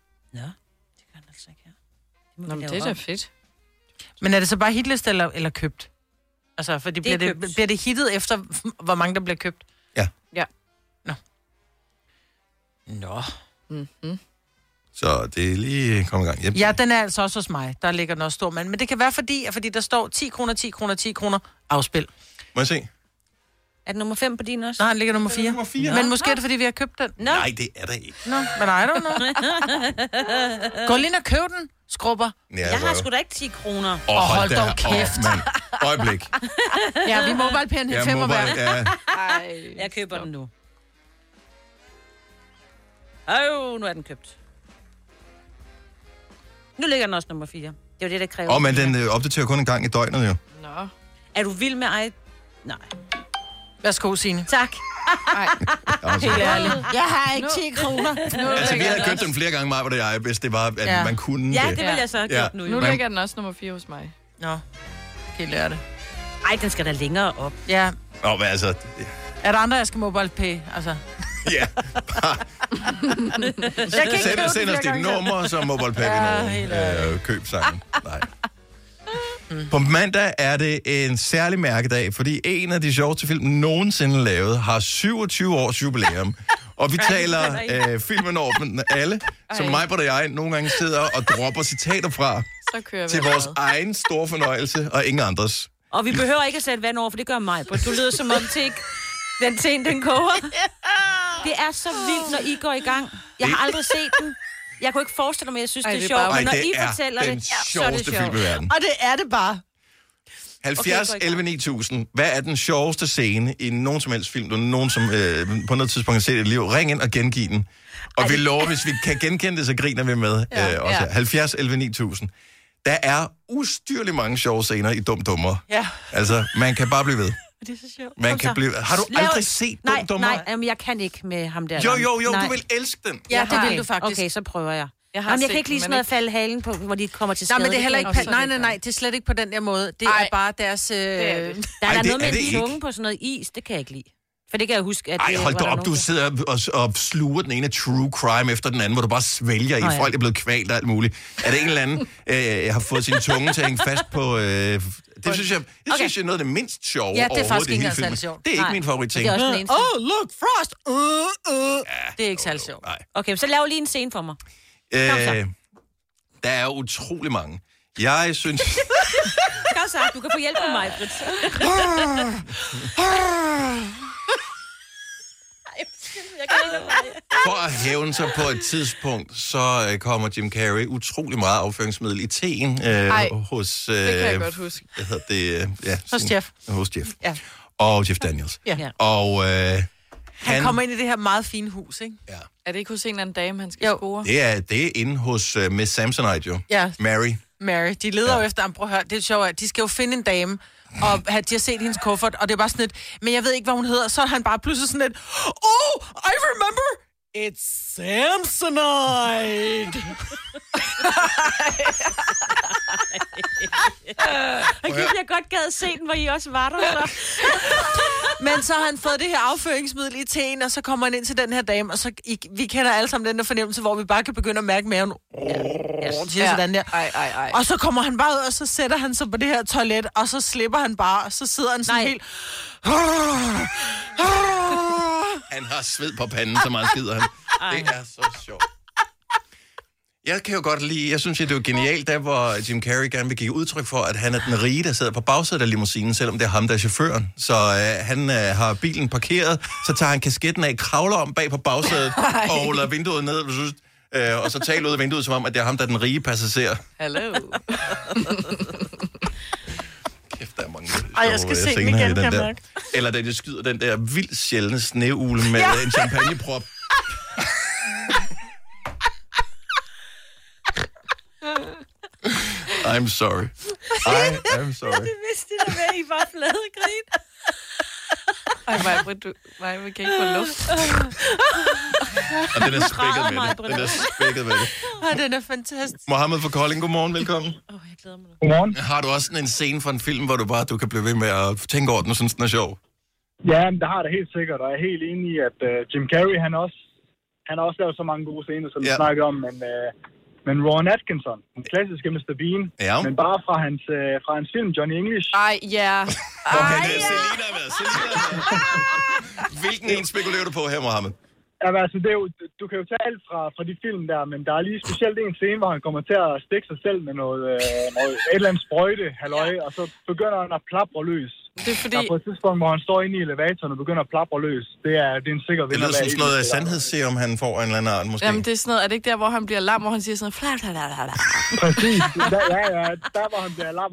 S3: altså
S4: Nå, men det er da fedt.
S2: Men er det så bare hitlist eller, eller købt? Altså, fordi
S4: Det er
S2: det bliver, det,
S4: købt.
S2: bliver det hittet efter, hvor mange der bliver købt?
S1: Ja.
S4: Ja.
S2: Nå.
S4: Mm-hmm.
S1: Så det er lige kommet i gang. Yep.
S2: Ja, den er altså også hos mig. Der ligger den også stor mand. Men det kan være fordi, at fordi der står 10 kroner, 10 kroner, 10 kroner. Afspil.
S1: Må jeg se?
S3: Er det nummer 5 på din også?
S2: Nej, den ligger nummer 4. Nummer
S3: fire.
S2: Men
S3: Nå.
S2: måske er det, fordi vi har købt den.
S3: Nå.
S1: Nej, det er der ikke.
S2: Nå, men I don't know. Gå lige ind og køb den, skrubber.
S1: Ja, Jeg har hvor- sgu
S3: da ikke 10 kroner.
S1: Åh,
S2: Og hold
S1: da
S2: dog
S1: op,
S2: kæft.
S1: mand. Øjeblik.
S2: Ja, vi mobile-pæren hed
S1: Ja,
S2: femmer
S1: mobile,
S2: hver.
S1: ja.
S3: Jeg køber den nu. Øj, nu er den købt. Nu ligger den også nummer 4. Det er jo det, der kræver.
S1: Åh, men den øh, opdaterer kun en gang i døgnet, jo.
S3: Nå. Er du vild med ej? Nej.
S2: Værsgo, Signe.
S3: Tak.
S2: Helt ærligt.
S3: Jeg har ikke 10 kroner.
S4: Nu
S1: Altså, vi
S4: ligger
S1: havde
S4: den
S1: købt dem flere gange, mig, hvor det jeg, hvis det var, at
S4: Ja.
S1: man kunne
S4: Ja, det ville jeg så
S3: have
S4: gjort nu. Nu
S1: Man-
S4: ligger den også nummer 4 hos mig.
S2: Nå. Helt lære det.
S3: Ej, den skal da længere op.
S2: Ja.
S1: Nå, men altså... ja.
S2: Er der andre, jeg skal mobile-pay? Altså.
S1: Ja.
S2: Jeg kan ikke købe
S1: send,
S2: den
S1: send
S2: flere
S1: os dit
S2: gange.
S1: nummer, så mobile pay
S2: Ja,
S1: vi
S2: helt
S1: nogen. Øh, køb sammen. Nej. Øh, På mandag er det en særlig mærkedag, fordi en af de sjoveste film nogensinde lavet har 27 års jubilæum. Og vi taler øh, filmen over med alle, som mig og jeg nogle gange sidder og dropper citater fra.
S4: så kører vi
S1: til vores
S4: allerede.
S1: egen store fornøjelse og ingen andres.
S3: Og vi behøver ikke at sætte vand over, for det gør mig. Du lyder som om til ikke. Den ting, den koger. Det er så vildt, når I går i gang. Jeg har aldrig set den. Jeg kunne ikke forestille mig, at jeg synes,
S1: Ej,
S3: det er
S1: det er bare-
S3: sjovt. Men når
S1: Ej, det
S3: I
S1: er
S3: fortæller
S1: den
S3: det, så er det
S1: sjoveste film i verden.
S3: sjovt.
S2: Og det er det bare.
S1: 70,
S2: Okay,
S1: okay,
S2: gå i
S1: 11, 9000. Hvad er den sjoveste scene i nogen som helst film, du nogen som, øh, på noget tidspunkt har set i dit liv? Ring ind og gengiv den. Og vi lover, hvis vi kan genkende det, så griner vi med. Ja, øh, også.
S2: ja.
S1: Ja. 70, 11, 9000. Der er ustyrligt mange sjove scener i Dum Dummer.
S3: Ja.
S1: Altså, man kan bare blive ved.
S3: Det er så sjovt.
S1: Man
S3: Kom
S1: kan
S3: så.
S1: blive- har du
S3: Lav-
S1: aldrig set Dum
S3: Nej,
S1: Dummer?
S3: nej, jamen, jeg kan ikke med ham der.
S1: Jo, jo, jo,
S3: nej.
S1: du vil elske den.
S3: Ja,
S2: Jeg
S3: det
S2: har
S3: vil du
S2: en.
S3: faktisk. Okay, så prøver jeg.
S2: Jeg
S3: Jeg,
S2: har
S3: Jamen, jeg
S2: set
S3: kan ikke
S2: den,
S3: lige sådan
S2: men
S3: noget at falde halen på, hvor de kommer til skade.
S2: Nej, men det er heller
S3: kan
S2: ikke...
S3: jeg
S2: Nej, nej, nej, det er slet ikke på den der måde. Det
S3: Ej.
S2: er bare deres... Øh...
S3: Der er, der
S1: Ej,
S3: er
S1: det
S3: noget
S1: er
S3: med
S1: det
S3: en tunge
S1: ikke.
S3: på sådan noget is, det kan jeg ikke lide. For det kan jeg huske, at...
S1: Ej,
S3: øh,
S1: hold
S3: var
S1: da
S3: der
S1: op,
S3: nogen,
S1: du
S3: der-
S1: sidder og, og sluger den ene true crime efter den anden, hvor du bare svælger i,
S3: Nå ja.
S1: folk er blevet kvalt og alt muligt. Er det en eller anden, øh, har fået sin tunge til at hænge fast på... Øh, det synes jeg, det okay. synes jeg er noget af det mindst sjove
S2: Ja, det er
S1: overhovedet
S2: faktisk
S1: i
S2: ikke
S1: hele
S2: engang
S1: filmen.
S2: særlig sjovt.
S1: Det er ikke min favorit ting.
S2: Det er også den eneste. Oh, look, Frost! Uh, uh. det er ikke særlig sjovt.
S3: Okay, så lav lige en scene for mig.
S1: Øh, der er utrolig mange. Jeg synes...
S3: Kom så, du kan få hjælp med mig, Britt.
S1: For at hævne sig på et tidspunkt, så øh, kommer Jim Carrey utrolig meget afføringsmiddel i teen øh,
S4: Ej,
S1: hos... Øh,
S4: det kan jeg godt huske.
S1: Hvad hedder det? øh, Ja,
S2: Hos
S1: sin-
S2: Jeff.
S1: Hos Jeff.
S2: Ja.
S1: Og Jeff Daniels.
S2: Ja. ja.
S1: Og øh,
S2: Han,
S1: Han-
S2: kommer ind i det her meget fine hus, ikke?
S1: Ja.
S4: Er det ikke hos en eller anden dame, han skal jo. score?
S1: det er, det er inde hos uh, Miss Samsonite jo.
S2: Ja.
S1: Mary.
S2: Mary, de leder ja. jo efter ham. Prøv at høre, det er sjovt. at De skal jo finde en dame, og
S1: Mm.
S2: ha- de har set hendes kuffert, og det er bare sådan et, men jeg ved ikke, hvad hun hedder. Så er han bare pludselig sådan et, oh, I remember, it's Samsonite.
S3: Og jeg, jeg godt gad se den, hvor I også var der. Så.
S2: Men så har han fået det her afføringsmiddel i teen, og så kommer han ind til den her dame, og så I, vi kender alle sammen den der fornemmelse, hvor vi bare kan begynde at mærke maven. Oh, yes. sådan der.
S4: Ej, ej, ej.
S2: Og så kommer han bare ud, og så sætter han sig på det her toilet, og så slipper han bare, og så sidder han sådan Nej. helt...
S1: Han har sved på panden, så meget skider han. Det er så sjovt. Jeg kan jo godt lide, jeg synes, at det var genialt, der hvor Jim Carrey gerne vil give udtryk for, at han er den rige, der sidder på bagsædet af limousinen, selvom det er ham, der er chaufføren. Så øh, han øh, har bilen parkeret, så tager han kasketten af, kravler om bag på bagsædet
S4: Ej.
S1: og lader vinduet ned, hvis du synes, øh, og så taler ud af vinduet, som om, at det er ham, der er den rige passager.
S4: Hallo.
S1: Kæft, der er mange
S4: Ej, jeg skal
S1: sjove,
S4: se den
S1: øh, scener i
S4: igen, kan jeg
S1: der.
S4: mærke.
S1: Eller da de skyder den der vildt sjældne sneugle med
S4: Ja.
S1: ja. en champagneprop. I'm sorry. I am sorry.
S3: Det vidste jeg da, at I var flade grin.
S4: Ej, Maja, du... Maja, vi kan ikke få luft.
S1: Og den er spækket med det. Den er spækket med det.
S2: Ej, den er fantastisk.
S1: Mohammed fra Kolding, godmorgen, velkommen. Åh, oh, jeg
S3: glæder
S1: mig. Godmorgen. Har du også sådan en scene fra en film, hvor du bare du kan blive ved med at tænke over den og synes, den er sjov?
S18: Ja, men det har det helt sikkert, og jeg er helt enig i, at uh, Jim Carrey, han også, han har også lavet så mange gode scener, som vi
S1: Ja.
S18: yeah. snakker om, men, uh, men Ron Atkinson, den klassiske Mr. Bean,
S1: Ja.
S18: men bare fra hans, uh, fra hans film Johnny English.
S4: Ej, ja.
S1: Okay, det er øh, Selina med. Selina med. Hvilken en spekulerer du på her, Mohammed?
S18: Jamen, altså, det er jo, du kan jo tage alt fra, fra de film der, men der er lige specielt en scene, hvor han kommer til at stikke sig selv med noget, øh, noget et eller andet sprøjte, halløj, og så begynder han at plapre løs.
S4: Det er fordi...
S18: Der er på et tidspunkt, hvor han står inde i elevatoren og begynder at plapre løs. Det er, det er en sikker
S1: Det
S18: vinder.
S1: lyder som sådan noget øh, sandhedsserum, han får af en eller anden art, måske.
S4: Jamen, det er sådan noget, er det ikke der, hvor han bliver lam, hvor han siger sådan noget, fla, fla, fla, fla.
S18: Præcis. Der, ja, ja, der var han der lam.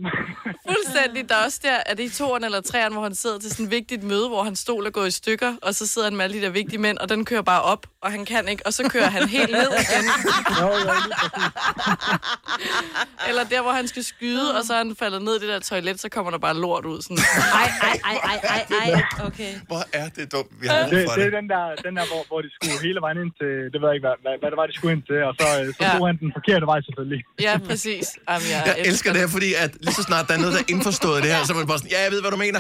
S4: Fuldstændig. Der er også der, er det i toeren eller treeren, hvor han sidder til sådan et vigtigt møde, hvor han stol er gået i stykker, og så sidder han med alle de der vigtige mænd, og den kører bare op, og han kan ikke, og så kører han helt ned igen. eller der, hvor han skal skyde, og så er han faldet ned i det der toilet, så kommer der bare lort ud. Sådan.
S3: Ej, ej, ej, ej, ej, ej. Okay.
S1: Hvor er det dumt, vi har
S18: Det,
S1: brug for
S18: det
S1: det.
S18: er den der, den der hvor, hvor de skulle hele vejen ind til, det ved jeg ikke, hvad, hvad, hvad det var, de skulle ind til, og så, øh, så
S4: Ja.
S18: ja. tog han den forkerte vej selvfølgelig.
S4: Ja, præcis. Jamen, jeg,
S1: Jeg elsker det her, fordi at lige så snart der er noget, der er indforstået i det her, så er man bare sådan, ja, jeg ved, hvad du mener.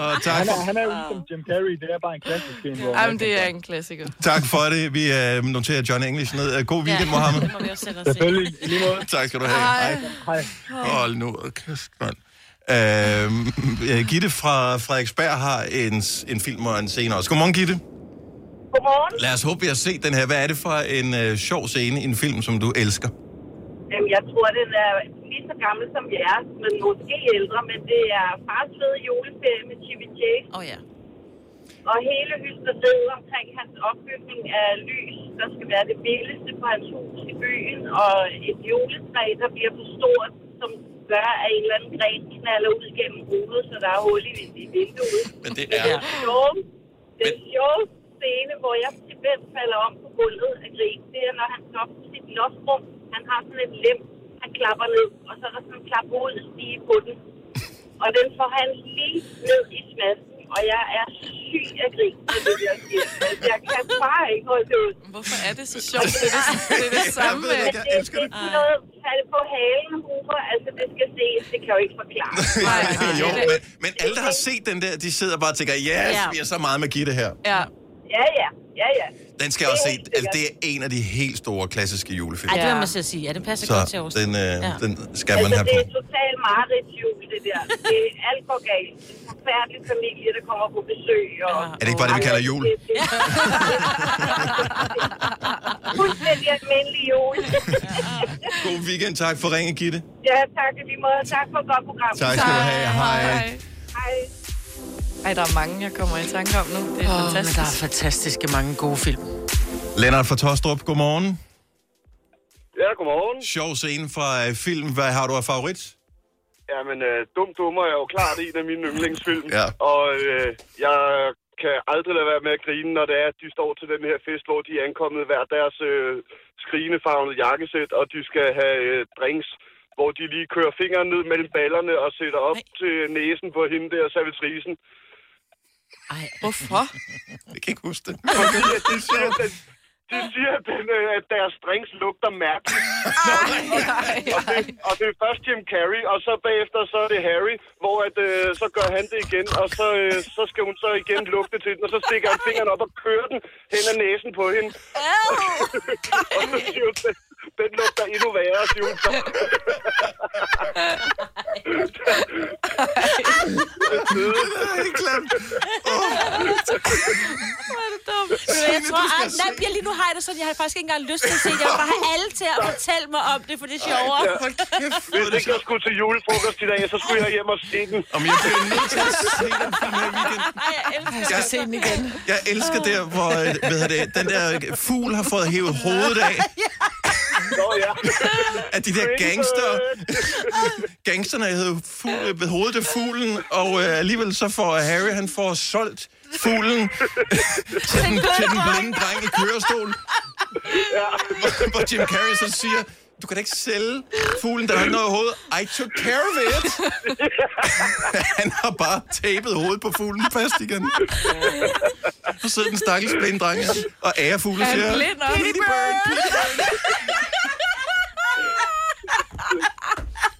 S1: Og tak,
S18: Han er, han er jo ligesom Jim Carrey, det er bare en klassisk en. hvor-
S4: Jamen, det er en klassiker.
S1: tak for det. Vi øh, noterer John English ned. Øh, God weekend, Mohammed.
S4: det må vi også sætte os
S18: Selvfølgelig. I lige måde.
S1: Tak skal du have.
S4: Hej.
S18: Hej.
S1: Hold nu, kæft, mand. Øhm, øh, Gitte fra Frederiksberg har en, en film og en scene også. Godmorgen, Gitte.
S11: Godmorgen.
S1: Lad os håbe, vi har set den her. Hvad er det for en øh, sjov scene i en film, som du elsker?
S11: Jamen, jeg tror, den er lige så gammel som jeres, men måske ældre, men det er fars fede juleferie med Chevy Chase.
S2: Åh oh, ja.
S11: Og hele hysteriet omkring hans opbygning af lys, der skal være det billigste på hans hus i byen, og et juletræ, der bliver for stort, som gør, at en eller anden gren knaller ud gennem hovedet, så der er hul i, i vinduet.
S1: Men det
S11: er... Den sjove, den sjove scene, hvor jeg til hvem falder om på gulvet af grin, det er, når han står på sit lofrum. Han har sådan et lem, han klapper ned, og så er der sådan en klap ud lige på den. Og den får han lige ned i smasken, og jeg er syg af grin, med det der sker. Altså, jeg kan bare ikke holde det ud.
S4: Hvorfor er det så sjovt? Det er det, det, er det samme.
S11: Men det, det, det er sådan noget, fald på halen, humor, altså det skal ses, det kan jeg jo ikke forklare.
S1: jo, men, men alle, der har set den der, de sidder bare og tænker, yes,
S11: Ja.
S1: ja. vi er så meget med Gitte her.
S4: Ja.
S11: Ja, ja, ja, ja.
S1: Den skal jeg også se.
S11: helt
S1: Altså, det
S11: sikkert.
S1: er en af de helt store klassiske julefilm.
S3: Ej, det var man så at sige. Ja, det passer godt til
S1: så
S3: os.
S1: den, øh,
S3: Ja.
S1: ja. den skal man
S11: altså,
S1: have
S11: det
S1: på.
S11: er totalt mareridt jul, det der. Det er alt går galt. En forfærdelig familie, der kommer på besøg. Og...
S1: Er det ikke bare det, vi kalder jul?
S11: Fuldstændig almindelig jul.
S1: God weekend, tak for ringe, Gitte.
S11: ja, tak i lige måde. Tak for et godt program.
S1: Tak skal du have. Hej. Hej.
S4: Ej, der er mange, jeg kommer i tanke om nu. Det er
S2: Åh,
S4: oh,
S2: men
S4: fantastisk.
S2: der er fantastiske mange gode film.
S1: Lennart fra Tostrup, godmorgen.
S19: Ja, godmorgen.
S1: Sjov scene fra øh, film. Hvad har du af favorit?
S19: Jamen, øh, Dum Dummer er jo klart en af mine yndlingsfilm.
S1: Ja.
S19: Og øh, jeg kan aldrig lade være med at grine, når det er, at de står til den her fest, hvor de er ankommet i hver deres øh, skrigenefarvede jakkesæt, og de skal have øh, drinks, hvor de lige kører fingeren ned mellem ballerne og sætter op Nej. til næsen på hende der, servitrisen.
S2: Ej,
S4: hvorfor?
S1: Jeg kan ikke huske det.
S19: Fordi at de siger, at den, de siger, at, den, øh, at deres drinks lugter mærkeligt. Og, det, og det er først Jim Carrey, og så bagefter så er det Harry, hvor at, øh, så gør han det igen, og så, øh, så skal hun så igen lugte til den, og så stikker han fingeren op og kører den hen ad næsen på hende. og så siger hun, den, den lugter endnu værre, siger hun så.
S1: Det har jeg glemt.
S3: Hvor er det dumt. Ved du hvad, Jeg
S2: Signe,
S3: tror,
S2: du skal
S3: at, nej, jeg lige nu har jeg det sådan, jeg har faktisk ikke engang lyst til at se det. Jeg vil bare have alle til at fortælle mig om det, for det er sjovere.
S19: Ej, ja. Hvis ikke jeg skulle til julefrokost i dag, så skulle jeg hjem og se den.
S1: Om jeg bliver nødt til at se den film her weekend.
S3: Ej, jeg elsker
S2: Jeg skal se den igen.
S1: Jeg elsker
S19: Ah.
S1: der, hvor øh, hvad hedder det, den der øh, fugl har fået hævet hovedet af.
S19: Nå ja.
S1: At de der gangster, gangsterne havde fugl, ved hovedet af fuglen, og øh, alligevel så får Harry, han får solgt fuglen til den, til den blinde dreng i kørestol. Hvor, hvor Jim Carrey så siger, du kan da ikke sælge fuglen, der har ikke noget i hovedet. I took care of it. han har bare tapet hovedet på fuglen fast igen. Og sidder den stakkels blinde dreng her, og ærer fuglen,
S4: Er han
S1: siger,
S4: blind også?
S1: Kitty bird, kitty bird.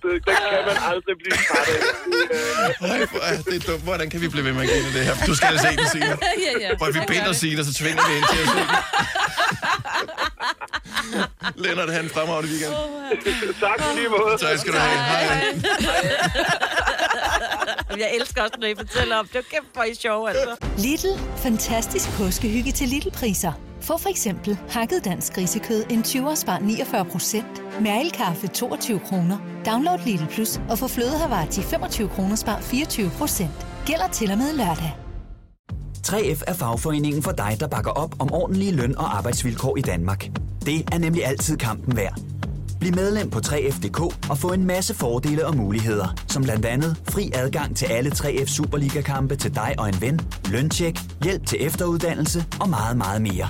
S19: Det, den kan man aldrig blive træt af.
S1: Ej, hvor er det dumt. Hvordan kan vi blive ved med at grine af det her? Du skal da se den, Signe.
S3: Ja, ja.
S1: Prøv, at vi
S3: Jeg gør
S1: binder
S3: det.
S1: Signe, og så tvinger vi hende til at se den. Lennart, han fremragende weekend.
S19: tak i lige måde.
S1: Tak skal du have. Hej.
S3: Jamen, Jeg elsker også, når I fortæller om det. Det er kæmpe for I er sjove, altså.
S12: Lidl. Fantastisk påskehygge til Lidl-priser. Få for eksempel hakket dansk grisekød en 20'er spar 49 procent. Mærelkaffe 22 kroner. Download Lidl Plus og få flødehavar til 25 kroner spar 24 procent. Gælder til og med lørdag.
S13: 3F er fagforeningen for dig, der bakker op om ordentlige løn- og arbejdsvilkår i Danmark. Det er nemlig altid kampen værd. Bliv medlem på 3F.dk og få en masse fordele og muligheder, som blandt andet fri adgang til alle 3F Superliga-kampe til dig og en ven, løntjek, hjælp til efteruddannelse og meget, meget mere.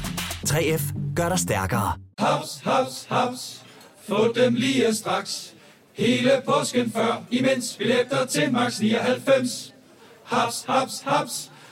S13: 3F gør dig stærkere.
S14: Haps, haps, haps. Få dem lige straks. Hele påsken før, imens billetter til max 99. Haps, haps, haps.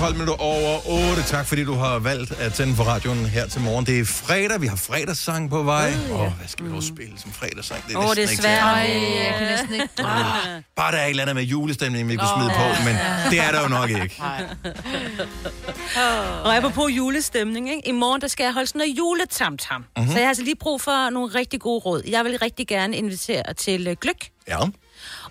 S1: 12 minutter over 8. Tak fordi du har valgt at tænde for radioen her til morgen. Det er fredag, vi har fredagssang på vej. Åh, oh, hvad
S2: Mm.
S1: skal vi dog spille som fredagssang?
S3: Åh, oh, det
S1: næsten
S3: er svært.
S1: ikke til at-
S3: Ej, jeg kan næsten ikke. Ah.
S1: Bare der er et eller andet med julestemning, vi kunne
S3: Nå,
S1: smide på,
S3: ja,
S1: men
S3: ja.
S1: det er der jo nok ikke.
S3: Og apropos julestemning, ikke? i morgen der skal jeg holde sådan noget juletamtam.
S1: Mhm.
S3: Mm-hmm. Så jeg har altså lige brug for nogle rigtig gode råd. Jeg vil rigtig gerne invitere til øh, Gløk,
S1: Ja.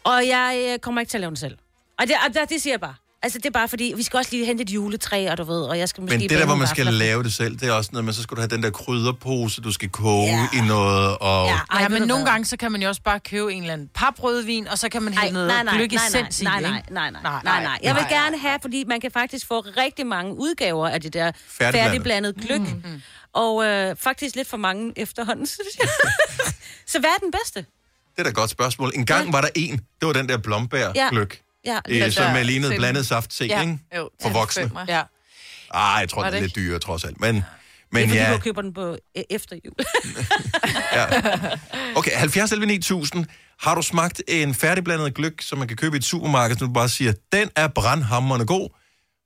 S3: og jeg øh, kommer ikke til at lave den selv. Og det, og det, det siger jeg bare. Altså det er bare fordi, vi skal også lige hente et juletræ, og du ved, og jeg skal måske...
S1: Men det
S3: bage
S1: der, hvor
S3: nogle
S1: man skal
S3: vafler.
S1: lave det selv, det er også noget med, så skal du have den der krydderpose, du skal koge i noget, og...
S2: Ej, ja, men nogle gange, så kan man jo også bare købe en eller anden paprødvin, og så kan man hælde
S3: nej,
S2: noget
S3: nej,
S2: gløgg i
S3: nej, nej,
S2: essens i,
S3: nej, nej,
S2: ikke?
S3: nej, nej, nej, nej. Jeg vil gerne have, fordi man kan faktisk få rigtig mange udgaver af det der
S2: Færdigblandet.
S3: færdigblandet gløk.
S1: Mm-hmm.
S3: Mm. Og øh, faktisk lidt for mange efterhånden, synes jeg. Så hvad er den bedste?
S1: Det er da et godt spørgsmål. En gang var der en, det var den der blombærgløk,
S3: Ja. altså,
S1: ja.
S3: Den
S1: som
S3: der
S1: er lignet
S3: selv-
S1: blandet saft te,
S3: Ja.
S1: ikke?
S3: Jo,
S1: For
S3: den
S1: voksne.
S3: femmer.
S2: Ja.
S1: Ah, jeg tror,
S3: Var
S1: den er
S3: det
S1: lidt dyrere trods alt, men...
S3: Men det er
S1: Men
S3: fordi, ja.
S1: ja,
S3: du køber den på øh, efter jul.
S1: okay, 70 11 9000. Har du smagt en færdigblandet gløk, som man kan købe i et supermarked, som du bare siger, den er brandhammerende god,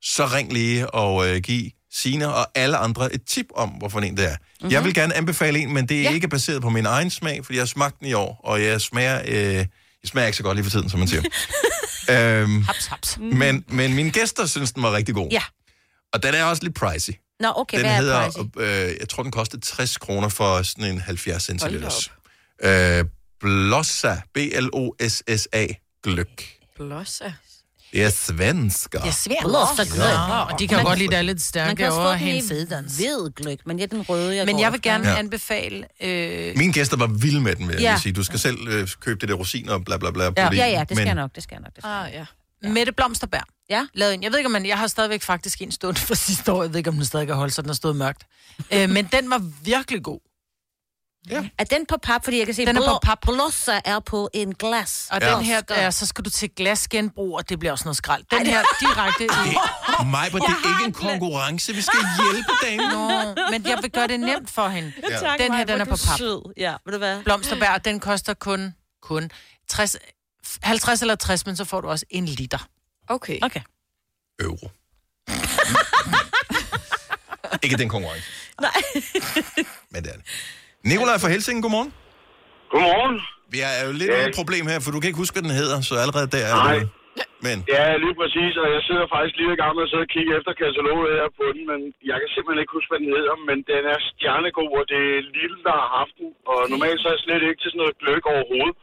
S1: så ring lige og øh, giv Sina og alle andre et tip om, hvorfor en det er. Mm-hmm. Jeg vil gerne anbefale en, men det er ja. ikke baseret på min egen smag, fordi jeg har smagt den i år, og jeg smager, øh, jeg smager ikke så godt lige for tiden, som man siger. øhm,
S2: Haps, haps.
S1: men, men mine gæster synes, den var rigtig god.
S3: Mm. Ja.
S1: Og den er også lidt pricey.
S3: Nå, okay,
S1: den
S3: hvad
S1: hedder,
S3: er pricey?
S1: øh, jeg tror, den kostede 60 kroner for sådan en 70
S3: Hold da
S1: centiliters. Øh, Blossa, B-L-O-S-S-A, gløk.
S4: Blossa.
S1: Det er svensker.
S2: Det er svært.
S3: Blossa.
S2: Nå, og de kan jo
S3: Man-
S2: godt lide, der er lidt
S3: Man
S2: stærke
S3: kan også få
S2: over
S3: den i
S2: hendes sædans.
S3: hvid gløk, men jeg den røde, jeg
S2: Men
S3: går
S2: jeg vil
S3: efter.
S2: gerne
S1: Ja.
S2: anbefale... Øh,
S1: Mine gæster var vilde med den, vil jeg
S2: Ja.
S1: ja. sige. Du skal selv øh, købe det der rosiner og bla bla bla.
S2: Ja.
S1: putte i
S2: Ja,
S1: den.
S2: ja, det skal
S1: Men
S2: jeg
S3: nok, det skal jeg nok. Det skal
S2: ah, ja. Mette Blomsterberg.
S3: Ja.
S2: Lavede en. Jeg ved ikke, om man, jeg har stadigvæk faktisk en stund fra sidste år. Jeg ved ikke, om den stadig kan holde sig, den har stået mørkt. øh, men den var virkelig god.
S3: Ja. Er den på pap? Fordi jeg kan se,
S2: Den er på
S3: blå- Blåser er på en glas.
S2: Og den her, ja, så skal du til glasgenbrug, og det bliver også noget skrald. Den
S3: Ej, det-
S2: her direkte i...
S1: Maj, det er ikke en konkurrence. Vi skal hjælpe damen.
S2: Nå, men jeg vil gøre det nemt for hende.
S1: Ja.
S2: Ja.
S1: Tak,
S2: Den
S1: Maj,
S2: her, den er
S1: hvor er
S2: på
S1: du
S2: pap.
S3: Sød. Ja, ved du hvad?
S2: Blomsterbær, den koster kun, kun 60, 50 eller 60, men så får du også en liter.
S4: Okay.
S2: Okay.
S1: Euro. ikke den konkurrence.
S3: Nej.
S1: Men det er det. Nikolaj fra Helsingen, godmorgen.
S20: Godmorgen.
S1: Vi er jo lidt ja. et problem her, for du kan ikke huske, hvad den hedder, så allerede der er
S20: Nej.
S1: det. Men
S20: Ja, lige præcis, og jeg sidder faktisk lige i gang med at sidde og kigge efter kataloget her på den, men jeg kan simpelthen ikke huske, hvad den hedder, men den er stjernegod, og det er Lille, der har haft den, og normalt så er jeg slet ikke til sådan noget gløk overhovedet.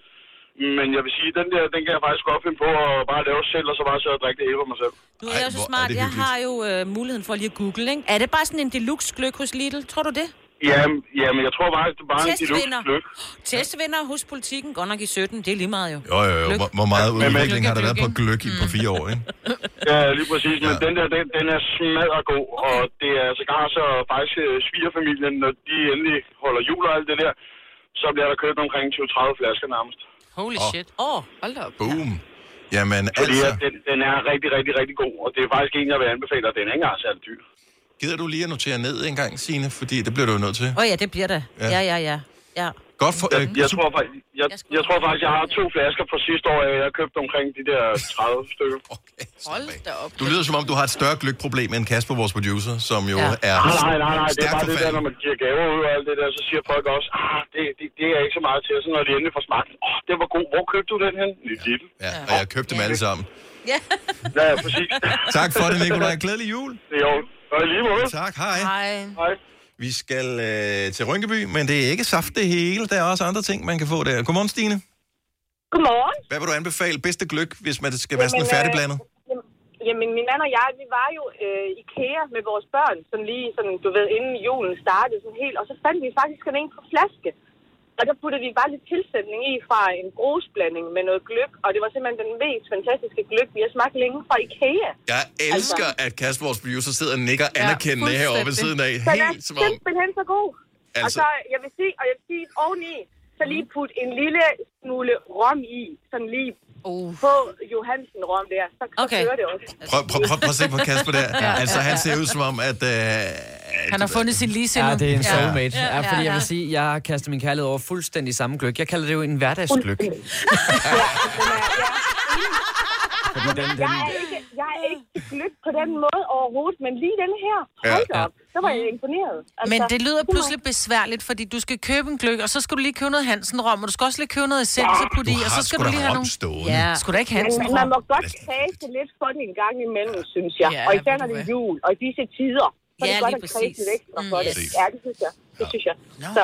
S20: Men jeg vil sige, den der, den kan jeg faktisk godt finde på at bare lave selv, og så bare sidde og drikke det hele for mig selv.
S3: Du er jo så smart.
S20: det
S3: jeg
S20: hyggeligt.
S3: har jo øh, muligheden for lige at google, ikke? Er det bare sådan en deluxe gløk hos Lidl? Tror du det?
S20: Jamen, jamen jeg tror faktisk, det er bare en deluxe
S3: Testvinder.
S20: gløk.
S3: Testvinder hos politikken. Godt nok i 17. Det er lige meget jo.
S1: jo, jo, jo. Hvor, hvor meget
S20: Men- men-
S1: udvikling har der været på gløk i på fire år, ikke?
S2: Mm.
S20: Ja, lige præcis. Men den der, den, den er smadret god, og det er sågar så faktisk øh, svigerfamilien, når de endelig holder jul og alt det der, så bliver der købt omkring 20-30 flasker nærmest.
S2: Holy
S1: Åh.
S2: shit. Åh, oh, hold da op.
S1: Boom. Jamen,
S20: Fordi
S1: altså,
S20: at den, den er rigtig, rigtig, rigtig god, og det er faktisk en, jeg vil anbefale, og den er ikke engang særlig dyr.
S1: gider du lige at notere ned en gang, Signe? Fordi det bliver du jo nødt til.
S3: Åh oh, ja, det bliver det.
S1: Ja.
S3: Ja, ja, ja. ja. ja.
S1: Godt for... Øh,
S20: Jeg tror, faktisk, jeg, jeg tror faktisk, jeg har to flasker fra sidste år, og jeg har købt omkring de der 30 stykker.
S4: Hold da op.
S1: du lyder som om, du har et større gløkproblem end Kasper, vores producer, som jo
S20: Ja.
S1: ja. er...
S20: Nej, nej, nej, nej, det er
S1: stærkt
S20: bare det der,
S1: forfaldende.
S20: når man giver gaver ud og alt det der, så siger folk også, ah, det, det, det er ikke så meget til, og så når de endelig får smagt, åh, oh, den var god, hvor købte du den hen? Ja. Lidl.
S1: Ja, og jeg købte dem alle sammen.
S20: Ja, ja, præcis.
S1: Tak for det, Nikolaj. Glædelig jul.
S20: Jo, og i lige måde.
S1: Tak, hej.
S2: Hej.
S20: Hej.
S1: Vi skal øh, til Rynkeby, men det er ikke saft det hele. Der er også andre ting, man kan få der. Godmorgen, Stine.
S11: Godmorgen.
S1: Hvad vil du anbefale? Bedste gløk, hvis man skal være sådan
S11: Jamen,
S1: færdigblandet?
S11: Jamen, jamen, min mand og jeg, vi var jo øh, IKEA med vores børn, sådan lige, sådan, du ved, inden julen startede sådan helt, og så fandt vi faktisk sådan en på flaske. Og der puttede vi bare lidt tilsætning i fra en grusblanding med noget gløk, og det var simpelthen den mest fantastiske gløk, vi har smagt længe fra IKEA.
S1: Jeg elsker, altså. at Kasper, vores producer, sidder og nikker ja, anerkendende herovre ved siden af.
S11: Den er
S1: Helt som om...
S11: simpelthen så god. Altså... Og
S1: Altså-
S11: så, jeg vil sige, og jeg vil sige oveni, så lige put en lille smule rom i, sådan lige uh. på Johansen-rom der, så, så okay. kører det også.
S1: Prøv, prøv, prøv, prøv at se på Kasper der.
S11: Ja.
S1: Altså, han ser ud som om, at... Øh,
S2: Han har fundet sin lige
S21: Ja, det er en soulmate. Ja, fordi jeg vil sige, jeg har kastet min kærlighed over fuldstændig samme gløk. Jeg kalder det jo en hverdagsgløk.
S11: Fordi den, den... altså, Jeg, er ikke, jeg er ikke til gløb på den måde overhovedet, men lige den her, hold da
S2: Ja, ja.
S11: op, så var jeg imponeret. Altså,
S2: Men det lyder
S11: puha.
S2: pludselig besværligt, fordi du skal købe en gløk, og så skal du lige købe noget Hansenrom, og du skal også lige købe noget essens og putte i,
S11: Du
S2: og
S11: har
S2: så skal
S11: sgu
S2: du
S11: da
S2: lige have
S11: rom
S2: nogle...
S11: stående.
S2: Ja. Mm. Skulle da ikke
S11: Men
S2: Hansenrom?
S11: man må godt kredse lidt for det en gang imellem, synes jeg.
S2: Ja,
S11: og især
S2: ved
S11: når
S2: du
S11: det er
S2: hvad.
S11: jul, og i disse tider, så er
S2: Ja,
S11: det godt at
S2: lige
S11: kredse
S2: præcis.
S11: lidt ekstra
S2: Mm,
S11: for det.
S1: yes.
S11: Ja, det synes jeg. Det synes jeg. Så,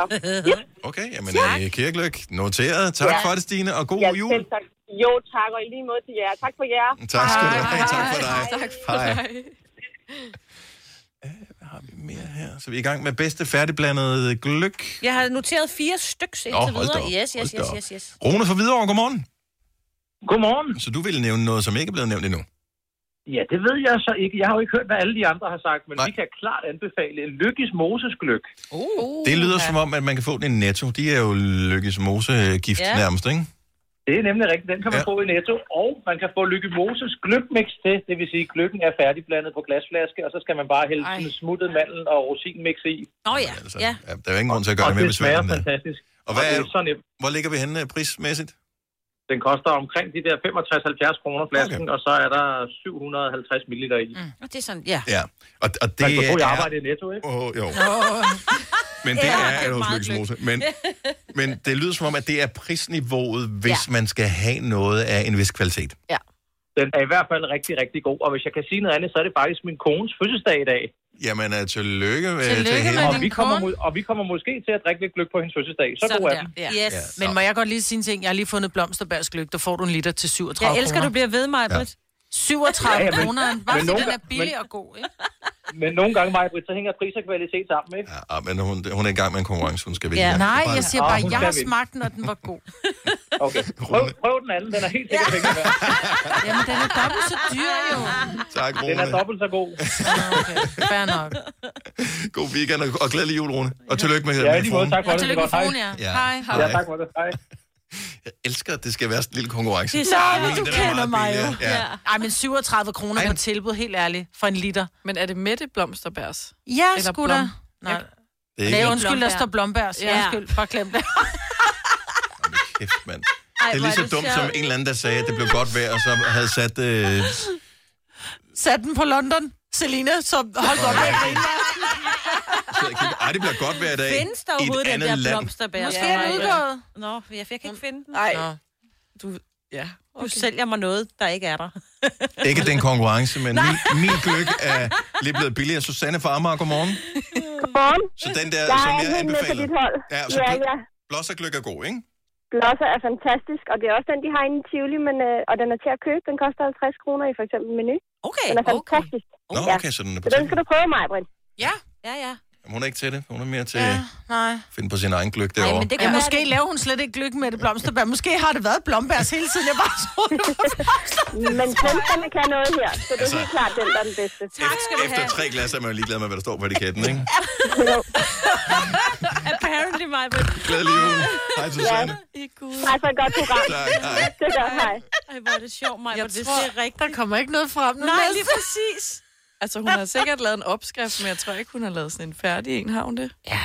S11: yep.
S1: Okay, jamen øh, Kirkeløk, noteret. Tak
S11: Ja.
S1: for det, Stine, og god
S11: ja,
S1: jul.
S11: selv tak. Jo, tak, og i lige måde til jer. Tak for jer.
S1: Tak skal du have. Tak for dig.
S11: Tak
S1: for Hej. dig. Ja, så vi er i gang med bedste færdigblandede gløk.
S3: Jeg har noteret fire styks
S1: Nå,
S3: indtil
S1: hold da op,
S3: videre. Yes, yes,
S1: hold da
S3: yes,
S1: op.
S3: yes, yes.
S1: Rune fra Hvidovre, godmorgen.
S22: Godmorgen.
S1: Så du ville nævne noget, som ikke er blevet nævnt endnu.
S22: Ja, det ved jeg så ikke. Jeg har jo ikke hørt, hvad alle de andre har sagt, men Nej. vi kan klart anbefale en lykkes Moses gløk.
S1: Uh, det lyder som om, at man kan få den i Netto. De er jo lykkes mosegift
S22: Ja.
S1: ja. nærmest, ikke?
S22: Det er nemlig rigtigt. Den kan man ja. få i Netto, og man kan få Lykke Moses gløkmix til. Det vil sige, at gløkken er færdigblandet på glasflaske, og så skal man bare hælde
S3: Ej.
S22: sådan smuttet mandel og rosinmix i.
S3: Nå ja, ja.
S1: Ja, der er jo ingen grund til at gøre
S22: Og
S1: det mere
S22: det smager
S1: besværligt. end det.
S22: fantastisk.
S1: Og hvad
S22: Og det
S1: er,
S22: er så nemt.
S1: hvor ligger vi henne øh, prismæssigt?
S22: Den koster omkring de der 65-70 kroner flasken, okay. og så er der 750 ml i. Mm.
S3: Og det er sådan, ja.
S1: Ja, og, og det
S22: Man kan tro, jeg
S1: er-
S22: arbejder i Netto, ikke?
S1: Åh, jo.
S3: Nå.
S1: Men det
S3: Ja, det
S1: er
S3: er
S1: ja, også
S3: meget
S1: lykkes mose. Men, men det lyder som om, at det er prisniveauet, hvis ja. man skal have noget af en vis kvalitet.
S22: Ja. Den er i hvert fald rigtig, rigtig god. Og hvis jeg kan sige noget andet, så er det faktisk min kones fødselsdag i dag.
S1: Jamen, uh, tillykke, uh, til hende.
S22: og, vi kommer, mu- og vi kommer måske til at drikke lidt gløk på hendes fødselsdag. Så god er den.
S2: Ja. Yes. Ja, Men må jeg godt lige sige en ting? Jeg har lige fundet blomsterbærsgløk, der får du en liter til 37
S3: Jeg elsker,
S2: kroner.
S3: du bliver ved, mig,
S2: Ja. 37
S22: Ja, ja, men-
S2: kroner,
S22: men
S2: bare fordi
S22: nogle
S2: den er
S22: gange-
S2: billig
S22: men-
S2: og god, ikke?
S22: Men nogle gange, Maja Britt, så hænger pris og kvalitet sammen, ikke?
S1: Ja, ah, men hun, hun er i gang med en konkurrence, hun skal vinde.
S2: Ja.
S1: den.
S2: Nej,
S1: Bare-
S2: jeg siger
S22: Ah,
S2: bare,
S22: hun
S2: jeg
S22: skal
S2: har
S22: vinde.
S2: smagt den, og den var god.
S22: Okay. Prøv, prøv den anden, den er helt sikkert penge værd.
S2: Jamen, den er dobbelt så dyr, jo.
S1: Tak, Rune.
S22: Den er dobbelt så god.
S2: Fair nok.
S1: God weekend, og, og glædelig jul, Rune. Og tillykke med
S22: Ja, i lige måde. Tak for
S2: Og
S22: det.
S2: tillykke
S22: Det er
S2: med
S22: godt.
S2: fruen, ja.
S1: Ja.
S2: Hej.
S1: Hej.
S22: Ja, tak for det. Hej.
S1: Jeg elsker, at det skal være sådan en lille konkurrence.
S2: Det er så,
S1: Ej,
S2: men du
S1: den er
S2: kender
S1: meget
S2: mig jo.
S1: billig, Ja.
S2: Ja. Ej, men 37 kroner på tilbud, helt ærligt, for en liter.
S4: Men er det Mette Blomsterbærs?
S2: Ja,
S4: Eller
S2: sgu
S4: Blom?
S2: da. Nej.
S1: Det er
S2: Nej,
S1: ikke
S2: undskyld, der står blombærs. Ja.
S4: Ja.
S2: Undskyld, bare glem det.
S1: kæft, mand. Ej, det
S2: hvor
S1: er lige
S2: er
S1: så
S2: det
S1: dumt som
S2: sjovt.
S1: en eller anden, der sagde, at det blev godt vejr, og så havde sat... Øh...
S2: Sat den på London. Selina, så hold godt med det.
S1: Ej, det bliver godt vejr i dag.
S3: Findes der
S1: i et
S3: overhovedet den
S1: andet
S3: der
S1: land.
S3: blomsterbær?
S2: Måske er den udgået.
S3: Nå, jeg, jeg kan ikke finde den.
S4: Nej.
S3: Nå.
S4: Du, ja.
S3: Okay. Du sælger mig noget, der ikke er der.
S1: Ikke den konkurrence, men
S3: Nej.
S1: min, min gløk er lige blevet billigere. Susanne fra Amager, godmorgen.
S19: Godmorgen.
S1: Så den der,
S19: jeg
S1: som
S19: er
S1: jeg
S19: helt med på
S1: anbefaler.
S19: dit hold.
S1: Ja,
S19: Ja,
S1: så
S19: ja,
S1: glø-
S19: ja.
S1: Blås og gløk er god, ikke?
S19: Blosser er fantastisk, og det er også den, de har inde i Tivoli, men, øh, og den er til at købe. Den koster 50 kroner i for eksempel menu.
S3: Okay,
S19: Den er fantastisk.
S2: Oh,
S19: Okay.
S1: Nå, okay, så den er på
S19: Så den skal du prøve, mig, Britt.
S2: Ja.
S3: Ja, ja.
S1: Jamen, hun er ikke til det. Hun er mere til at
S2: Ja, nej.
S1: finde på sin egen gløk derovre.
S2: men det kan ja, måske laver hun slet ikke lykke med det blomsterbær. Måske har det været blombærs hele tiden. Jeg bare troede, det var blomsterbær.
S19: Men tænderne kan noget her, så det er
S1: Altså-
S19: helt klart den, der er den bedste.
S1: Efter- Efter tre glas er man jo ligeglad med, hvad der står på etiketten, ikke?
S3: Apparently, mig.
S1: Glædelig jul. Hej, Susanne.
S19: Tak for et godt program.
S1: Tak, hej.
S19: Det er godt, hej.
S3: Ej, hvor er det sjovt, mig.
S4: Jeg
S3: det
S4: tror-
S3: er rigtigt.
S2: Der kommer ikke noget frem nu.
S4: Nej,
S2: Mads.
S4: lige præcis. Altså, hun har sikkert lavet en opskrift, men jeg tror ikke, hun har lavet sådan en færdig en, har hun det? Ja,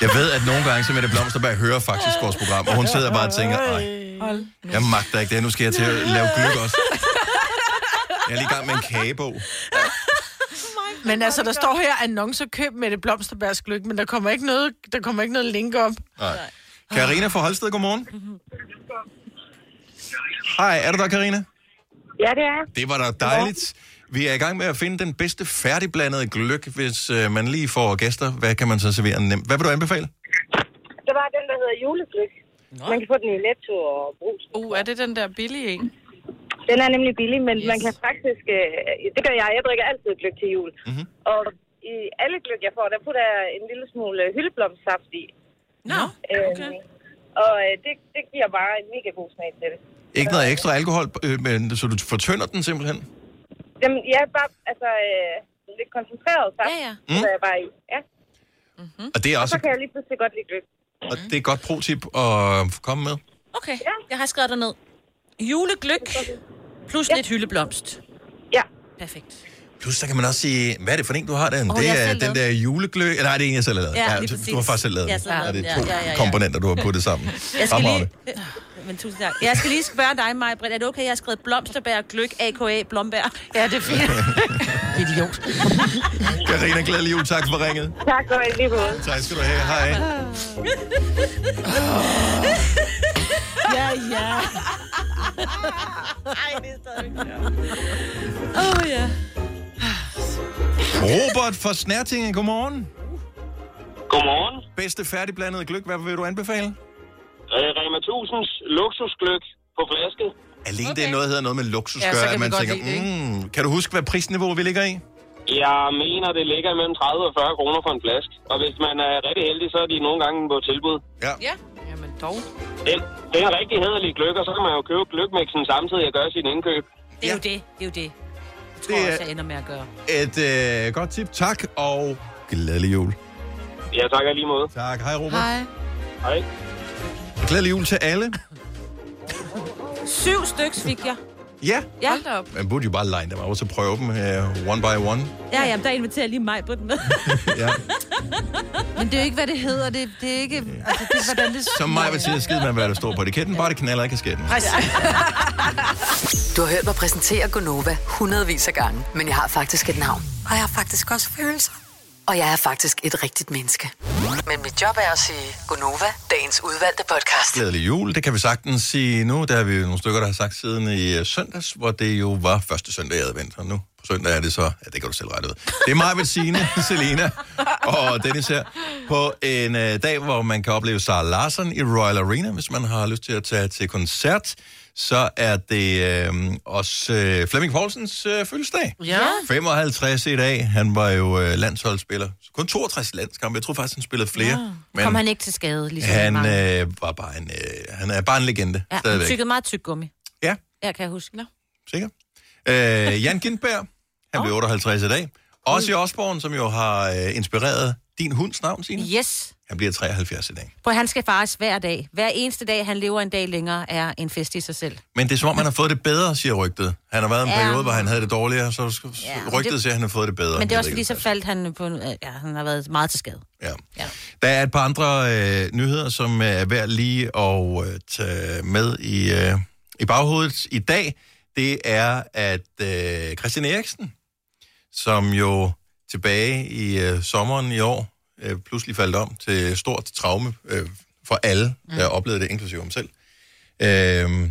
S1: Jeg ved, at nogle gange, så Mette Blomsterberg hører faktisk vores program, og hun sidder bare og tænker, nej,
S4: Hold.
S1: jeg magter ikke det her. nu skal jeg til at lave gløk også. Jeg er lige i gang med en kagebog.
S2: Men altså, der står her annoncer, køb med det blomsterbærs gløk, men der kommer ikke noget, der kommer ikke noget link op.
S1: Nej. Karina fra Holsted, godmorgen. Hej, er du der, Karina?
S19: Ja, det er
S1: Det var da dejligt. Vi er i gang med at finde den bedste færdigblandede gløk, hvis øh, man lige får gæster. Hvad kan man så servere nemt? Hvad vil du anbefale?
S19: Det var den, der hedder julegløk. Man kan få den i Netto og brus.
S4: Uh, er det den der billige en?
S19: Den er nemlig billig, men yes. man kan faktisk... Øh, det gør jeg. Jeg drikker altid gløk til jul. Mm-hmm. Og i alle gløk, jeg får, der putter jeg en lille smule hyldeblomstsaft i.
S3: Nå,
S19: okay. og øh, det, det giver bare en mega god smag til det.
S1: Ikke noget ekstra alkohol, øh, men, så du fortynder den simpelthen?
S19: Jamen, jeg er bare altså, øh, lidt koncentreret saft, ja, ja.
S1: Mm.
S19: så jeg bare i. Ja.
S1: Og det er
S19: Og så
S1: også
S19: kan jeg lige pludselig godt lide gløk.
S1: og det er et godt pro-tip at komme med.
S3: Okay, ja. jeg har skrevet dig ned. Julegløk plus ja. lidt hyldeblomst.
S19: Ja.
S3: Perfekt.
S1: Plus, der kan man også sige, hvad er det for en, du har den?
S3: Åh,
S1: det
S3: jeg har
S1: er
S3: selv
S1: den der
S3: lavet.
S1: julegløk. Eller nej, det er en, jeg selv har lavet.
S3: Ja, lige
S1: du-
S3: præcis.
S1: du har faktisk selv lavet
S3: Jeg
S1: den.
S3: har selv
S1: Ja,
S3: lavet
S1: det er
S3: den,
S1: to
S3: ja, ja, ja, ja.
S1: komponenter, du har puttet sammen.
S3: Jeg skal
S1: Fremragende.
S3: lige... Øh, Men tusind tak. Jeg skal lige spørge dig, Maja Britt. Er det okay, jeg har skrevet blomsterbær, gløk, a.k.a. blombær? Ja, det er fint. Idiot.
S1: Karina, glædelig jul. Tak for ringet.
S10: Tak for det, lige måde.
S1: Tak skal du have. Hej.
S3: Ja, ja.
S5: Ej, det er stadig
S3: Åh, oh, ja.
S1: Robert fra Snærtingen, godmorgen.
S7: Godmorgen.
S1: Bedste færdigblandede gløk, hvad vil du anbefale?
S7: Øh, Rema 1000's luksusgløk på flaske.
S1: Alene okay. det er noget, der hedder noget med luksus,
S7: Ja,
S1: gør,
S7: så kan
S1: at
S7: vi
S1: man
S7: godt
S1: tænker,
S7: lide det,
S1: mm, kan du huske, hvad prisniveau vi ligger i?
S7: Jeg mener, det ligger imellem 30 og 40 kroner for en flaske. Og hvis man er rigtig heldig, så er de nogle gange på tilbud.
S1: Ja.
S7: ja. Jamen dog. Det, det er en rigtig hederlig gløk, og så kan man jo købe gløkmixen samtidig og gøre sin indkøb.
S3: Det er jo det. Det er jo det. Jeg tror
S1: Det er-
S3: også, jeg ender med at gøre.
S1: Et øh, godt tip, tak, og glædelig jul.
S7: Ja, tak og lige måde.
S1: Tak. Hej, Robert.
S3: Hej.
S7: Hej.
S1: Glædelig jul til alle.
S3: Syv styks fik jeg.
S1: Ja,
S3: Ja. Hold op.
S1: man burde jo bare line dem op og så prøve dem uh, one by one.
S3: Ja, ja, der inviterer jeg lige mig på den med.
S1: Ja.
S2: Men det er jo ikke, hvad det hedder. Det, det er ikke... Altså, det er, hvordan det...
S1: Som mig vil sige, skide med, hvad der står på etiketten, bare det knaller ikke kasketten.
S5: Du har hørt mig præsentere Gonova hundredvis af gange, men jeg har faktisk et navn. Og jeg har faktisk også følelser. Og jeg er faktisk et rigtigt menneske. Men mit job er at sige Gonova, dagens udvalgte podcast.
S1: Glædelig jul, det kan vi sagtens sige nu. Der er vi jo nogle stykker, der har sagt siden i øh, søndags, hvor det jo var første søndag i advent. Og nu på søndag er det så, ja, det kan du selv rette ud. Det er mig, Bettine, Selena og Dennis her. På en øh, dag, hvor man kan opleve Sarah Larsen i Royal Arena, hvis man har lyst til at tage til koncert. Så er det øh, også øh, Flemming Poulsens øh, fødselsdag.
S2: Ja.
S1: 55 i dag. Han var jo øh, landsholdsspiller. Kun 62 landskampe. Jeg tror faktisk, han spillede flere.
S3: Men... Kom han ikke til skade, ligesom
S1: Han,
S3: mange.
S1: øh, var bare en, øh, han er bare en legende ja,
S3: Ja, han
S1: stadigvæk.
S3: tykkede meget tyk gummi.
S1: Ja.
S3: Ja, kan jeg huske. No.
S1: Sikker. Øh, Jan Gindberg, han blev 58 i dag. Også i Osborn, som jo har øh, inspireret din hunds navn, Signe.
S3: Yes.
S1: Han bliver 73 i dag.
S3: På han skal fares hver dag. Hver eneste dag, han lever en dag længere, er en fest i sig selv.
S1: Men det er som om, han har fået det bedre, siger rygtet. Han har været i en
S3: Ja.
S1: periode, hvor han havde det dårligere, så
S3: Ja,
S1: ja,
S3: men
S1: rygtet
S3: det-
S1: siger, at han har fået det bedre.
S3: Men det er
S1: Jeg
S3: også
S1: ved
S3: fordi, så faldt han på... en- Ja, han har været meget til skade.
S1: Der er et par andre øh, nyheder, som øh, er værd lige at øh, tage med i, øh, i baghovedet i dag. Det er, at øh, Christian Eriksen, som jo tilbage i øh, sommeren i år øh, pludselig faldt om til stort traume øh, for alle, mm. der oplevede det, inklusive ham selv. Øh,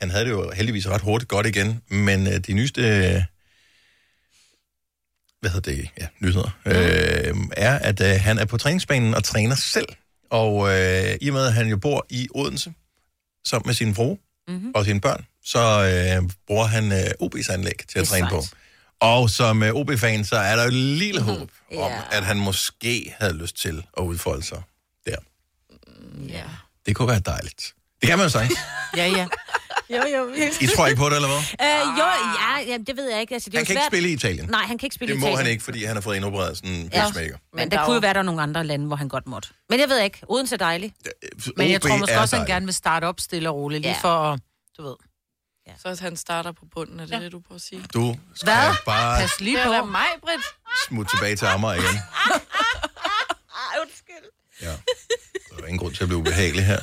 S1: han havde det jo heldigvis ret hurtigt godt igen, men øh, de nyeste... Øh, hvad hedder det, ja, nyheder, øh, er, at øh, han er på træningsbanen og træner selv. Og øh, i og med, at han jo bor i Odense, sammen med sin fru mm-hmm. og sine børn, så øh, bruger han øh, OB's anlæg til
S6: Det er
S1: at træne på.
S6: sejt.
S1: Og som øh, OB-fan, så er der jo et lille håb mm-hmm. om, at han måske havde lyst til at udfolde sig der.
S3: Mm,
S2: Ja.
S1: Det kunne være dejligt. Det kan man jo sagtens.
S2: Ja, ja.
S3: Jo, jo.
S1: I tror ikke på det, eller hvad?
S3: Øh, jo, ja, ja, det ved jeg ikke. Altså, det er
S1: Han
S3: jo
S1: kan ikke
S3: svært.
S1: spille i Italien.
S3: Nej, han kan ikke spille
S1: Det
S3: i
S1: må
S3: Italien.
S1: han ikke, fordi han har fået indopereret sådan en
S3: Ja.
S1: pacemaker.
S3: Men der, der kunne jo være, der er nogle andre lande, hvor han godt måtte. Men jeg ved ikke. Odense er dejlig.
S2: Men jeg
S1: OB
S2: tror måske
S1: er
S2: også, at han
S1: dejligt.
S2: gerne vil starte op stille og roligt, lige
S4: Ja.
S2: for at... Du ved.
S4: Ja. Så han starter på bunden, er det ja. det, du prøver at sige?
S1: Du skal
S4: Hvad?
S1: bare
S4: Pas lige på. Det er da mig, Britt.
S1: smutte tilbage til Amager igen.
S3: Undskyld.
S1: Ja. Der er ingen grund til at blive ubehagelig her.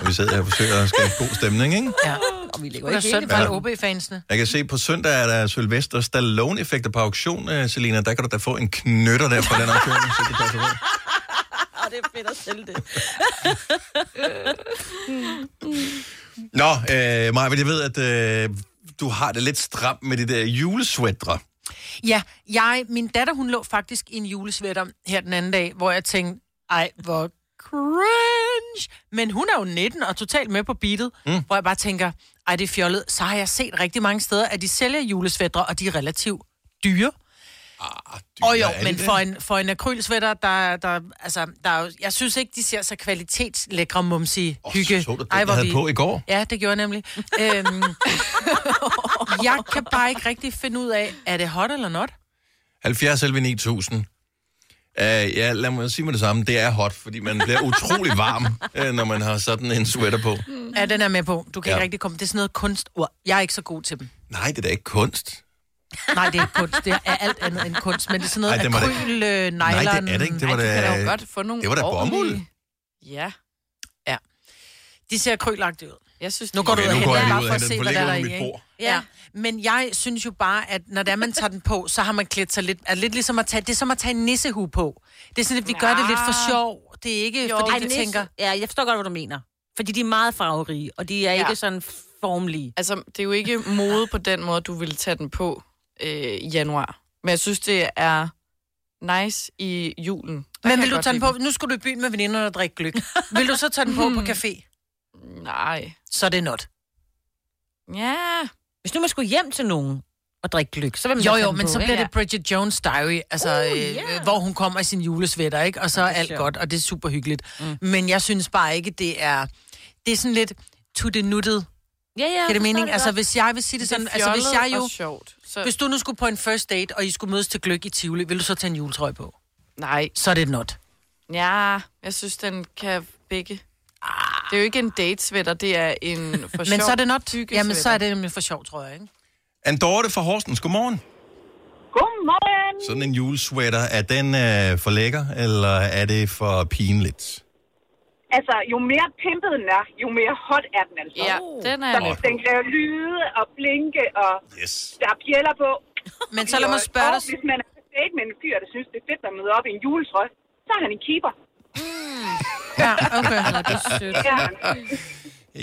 S1: Og vi sidder her og forsøger at skabe god stemning, ikke?
S2: Ja.
S3: Og vi ligger
S2: Det er
S1: ikke
S2: synd
S1: helt
S2: for alle
S1: i-
S2: OB-fansene.
S1: Jeg kan se, på søndag er der Sylvester Stallone-effekter på auktion, øh, Selina. Der kan du da få en knytter der fra den auktion. hvis ikke det passer på.
S3: Og det er fedt at sælge det.
S2: Mm.
S1: Nå, øh, Maja, jeg ved, at øh, du har det lidt stramt med de der julesvætre.
S2: Ja, jeg, min datter, hun lå faktisk i en julesvætter her den anden dag, hvor jeg tænkte, ej, hvor cringe. Men hun er jo 19 og totalt med på beatet, mm. hvor jeg bare tænker, ej, det er fjollet. Så har jeg set rigtig mange steder, at de sælger julesvætter, og de er relativt dyre.
S1: Ah, dyre
S2: og jo,
S1: er de
S2: men
S1: det?
S2: for en, for en akrylsvætter, der, der, altså, der er jo, jeg synes ikke, de ser så kvalitetslækre mumsi hygge.
S1: så du den, jeg havde på i går?
S2: Ja, det gjorde jeg nemlig. øhm, jeg kan bare ikke rigtig finde ud af, er det hot eller not?
S1: 70 11 9000. Uh, ja, lad mig sige mig det samme. Det er hot, fordi man bliver utrolig varm, uh, når man har sådan en sweater på.
S2: Ja, den er med på. Du kan ja.
S1: Ja.
S2: ikke rigtig komme. Det er sådan noget kunstord. Jeg er ikke så god til dem.
S1: Nej, det er da ikke kunst.
S2: Nej, det er ikke kunst. Det er alt andet end kunst. Men det er sådan noget
S1: Ej, det var da-
S2: akryl, øh, nylon.
S1: Nej, det er det ikke. Det var
S2: Ej,
S1: da-
S2: de kan da jo godt få nogle
S1: det var da
S2: ordentlige-
S1: bomuld.
S2: Ja. Ja. De ser akrylagtige ud.
S4: Jeg synes,
S2: Nu går du
S1: Okay,
S2: ud og
S1: nu går
S2: henter
S1: jeg
S2: den, bare
S1: lige ud
S2: for
S1: og
S2: at
S1: henter
S2: se,
S1: den, for
S2: hvad der
S1: ligger
S2: er i,
S1: under mit
S2: ikke?
S1: bord.
S2: Ja. Men jeg synes jo bare, at når det er, man tager den på, så har man klædt sig lidt, er lidt ligesom at tage, det er som at tage en nissehue på. Det er sådan, at vi gør det lidt for sjov. Det er ikke, jo, fordi
S3: Ej,
S2: vi
S3: nisse-
S2: tænker...
S3: Ja, jeg forstår godt, hvad du mener. Fordi de er meget farverige, og de er ja.
S4: Ja.
S3: ikke sådan formlige.
S4: Altså, det er jo ikke mode på den måde, du ville tage den på øh, i januar. Men jeg synes, det er nice i julen. Der
S2: Men
S4: kan
S2: vil
S4: jeg
S2: du
S4: godt
S2: tage den
S4: lide
S2: på? Nu skulle du i byen med veninderne og drikke gløk. Vil du så tage den på på café?
S4: Nej.
S2: Så er det not.
S4: Ja.
S3: Hvis nu man skulle hjem til nogen og drikke gløk, så vil man
S2: Jo,
S3: da tage
S2: jo,
S3: den
S2: men
S3: på,
S2: så
S3: ikke?
S2: bliver det Bridget Jones Diary, altså,
S3: Uh,
S2: uh,
S3: yeah.
S2: yeah. hvor hun kommer i sin julesvætter, ikke? Og så er alt godt, og det er super hyggeligt. Mm. Men jeg synes bare ikke, det er... Det er sådan lidt to the nuttet.
S3: Ja, ja.
S2: Giver det
S3: forstår
S2: mening?
S3: godt.
S2: Altså, hvis jeg vil sige det
S4: Det er
S2: sådan... altså, hvis
S4: fjollet
S2: jeg jo...
S4: og sjovt, så-
S2: Hvis du nu skulle på en first date, og I skulle mødes til gløk i Tivoli, vil du så tage en juletrøje på?
S4: Nej.
S2: Så er det et not.
S4: Ja, jeg synes, den kan begge. Det er jo ikke en datesvætter, det er en for sjov
S2: Ah. Men så er det not. Jamen, så er
S4: hyggesvætter.
S2: det nemlig for sjov, tror jeg, ikke?
S1: Andorte fra Horsens, godmorgen.
S2: Godmorgen!
S1: Sådan en julesweater, er den øh, for lækker, eller er det for pinligt?
S11: Altså, jo mere pimpet den er, jo mere hot er den altså.
S4: Ja,
S5: Oh.
S4: den er
S11: Så
S4: jeg med
S11: den kan jo lyde og blinke, og
S1: yes.
S11: der er bjæller på.
S2: Men så lad mig spørge dig-
S11: Og hvis man er på date med en fyr, der synes, det er fedt, man møder op i en juletrøje, så er han en keeper.
S2: Mm. Ja, okay.
S11: Nå, det er sødt. Ja.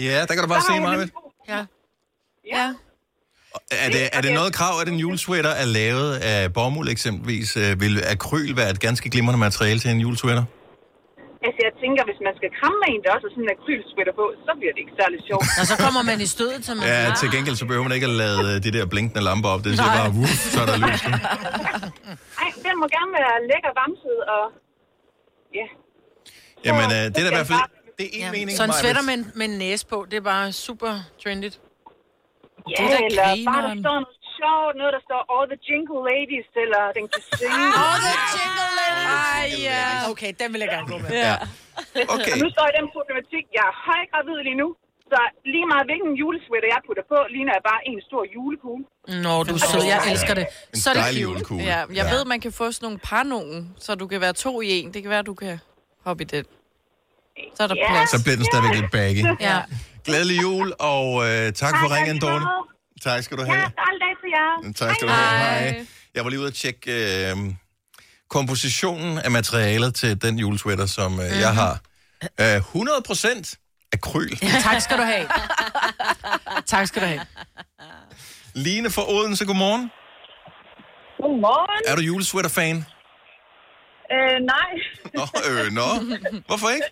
S1: Ja, der kan du bare
S11: Så
S1: se
S11: har hun
S1: mig.
S11: en god-
S2: Ja.
S4: Ja.
S1: Er det, er det noget krav, at en julesweater er lavet af bomuld eksempelvis? Øh, Vil akryl være et ganske glimrende materiale til en julesweater?
S11: Altså, jeg tænker, hvis man skal kramme med en, der også har sådan en akrylsweater på, så bliver det ikke særlig sjovt.
S2: Og så kommer man i stødet, som man
S1: Ja, til gengæld så behøver man ikke at lade øh, de der blinkende lamper op. Det er
S2: Ah. Nej.
S1: bare, wuff, så er der lys. ikke?
S11: Ej, den må gerne være lækker vamset, og ja.
S1: Jamen, øh, det er da i hvert fald... Det er
S2: Ja.
S1: en mening,
S2: Så en
S1: Maja.
S2: sweater med, en- med en næse på, det er bare super trendigt.
S11: Ja, eller bare der står noget sjovt, noget der står All the Jingle Ladies, eller den kan synge.
S2: Ah, All the Jingle Ladies! Ej, ja. Okay, den vil jeg gerne gå med.
S1: Ja. Okay.
S11: Og nu står jeg i den problematik, jeg er højgravid lige nu, så lige meget hvilken julesweater jeg putter på, ligner jeg bare en stor julekugle.
S2: Nå, du er sød. Jeg elsker det.
S1: En
S2: Så er det
S1: dejlig
S2: cute.
S1: julekugle.
S4: Ja, jeg ja. ved, man kan få sådan nogle par nogen, så du kan være to i en. Det kan være, du kan hoppe i den. Så er der
S1: Ja.
S4: plads.
S1: Så bliver den stadigvæk lidt baggy.
S4: Ja.
S1: Glædelig jul, og øh, tak for
S11: Tak,
S1: ringen, Dorte. Tak skal du have.
S11: Dejlig dag til jer.
S1: Tak skal du have. Hej. Jeg var lige ude at tjekke øh, kompositionen af materialet til den julesweater, som øh, mm-hmm.
S2: Mhm.
S1: jeg har. Øh, 100 procent akryl.
S2: Tak skal du have. Tak skal du have.
S1: Line fra Odense, godmorgen.
S11: Godmorgen.
S1: Er du julesweater-fan?
S11: Øh, nej.
S1: Nå, øh, nå. Hvorfor ikke?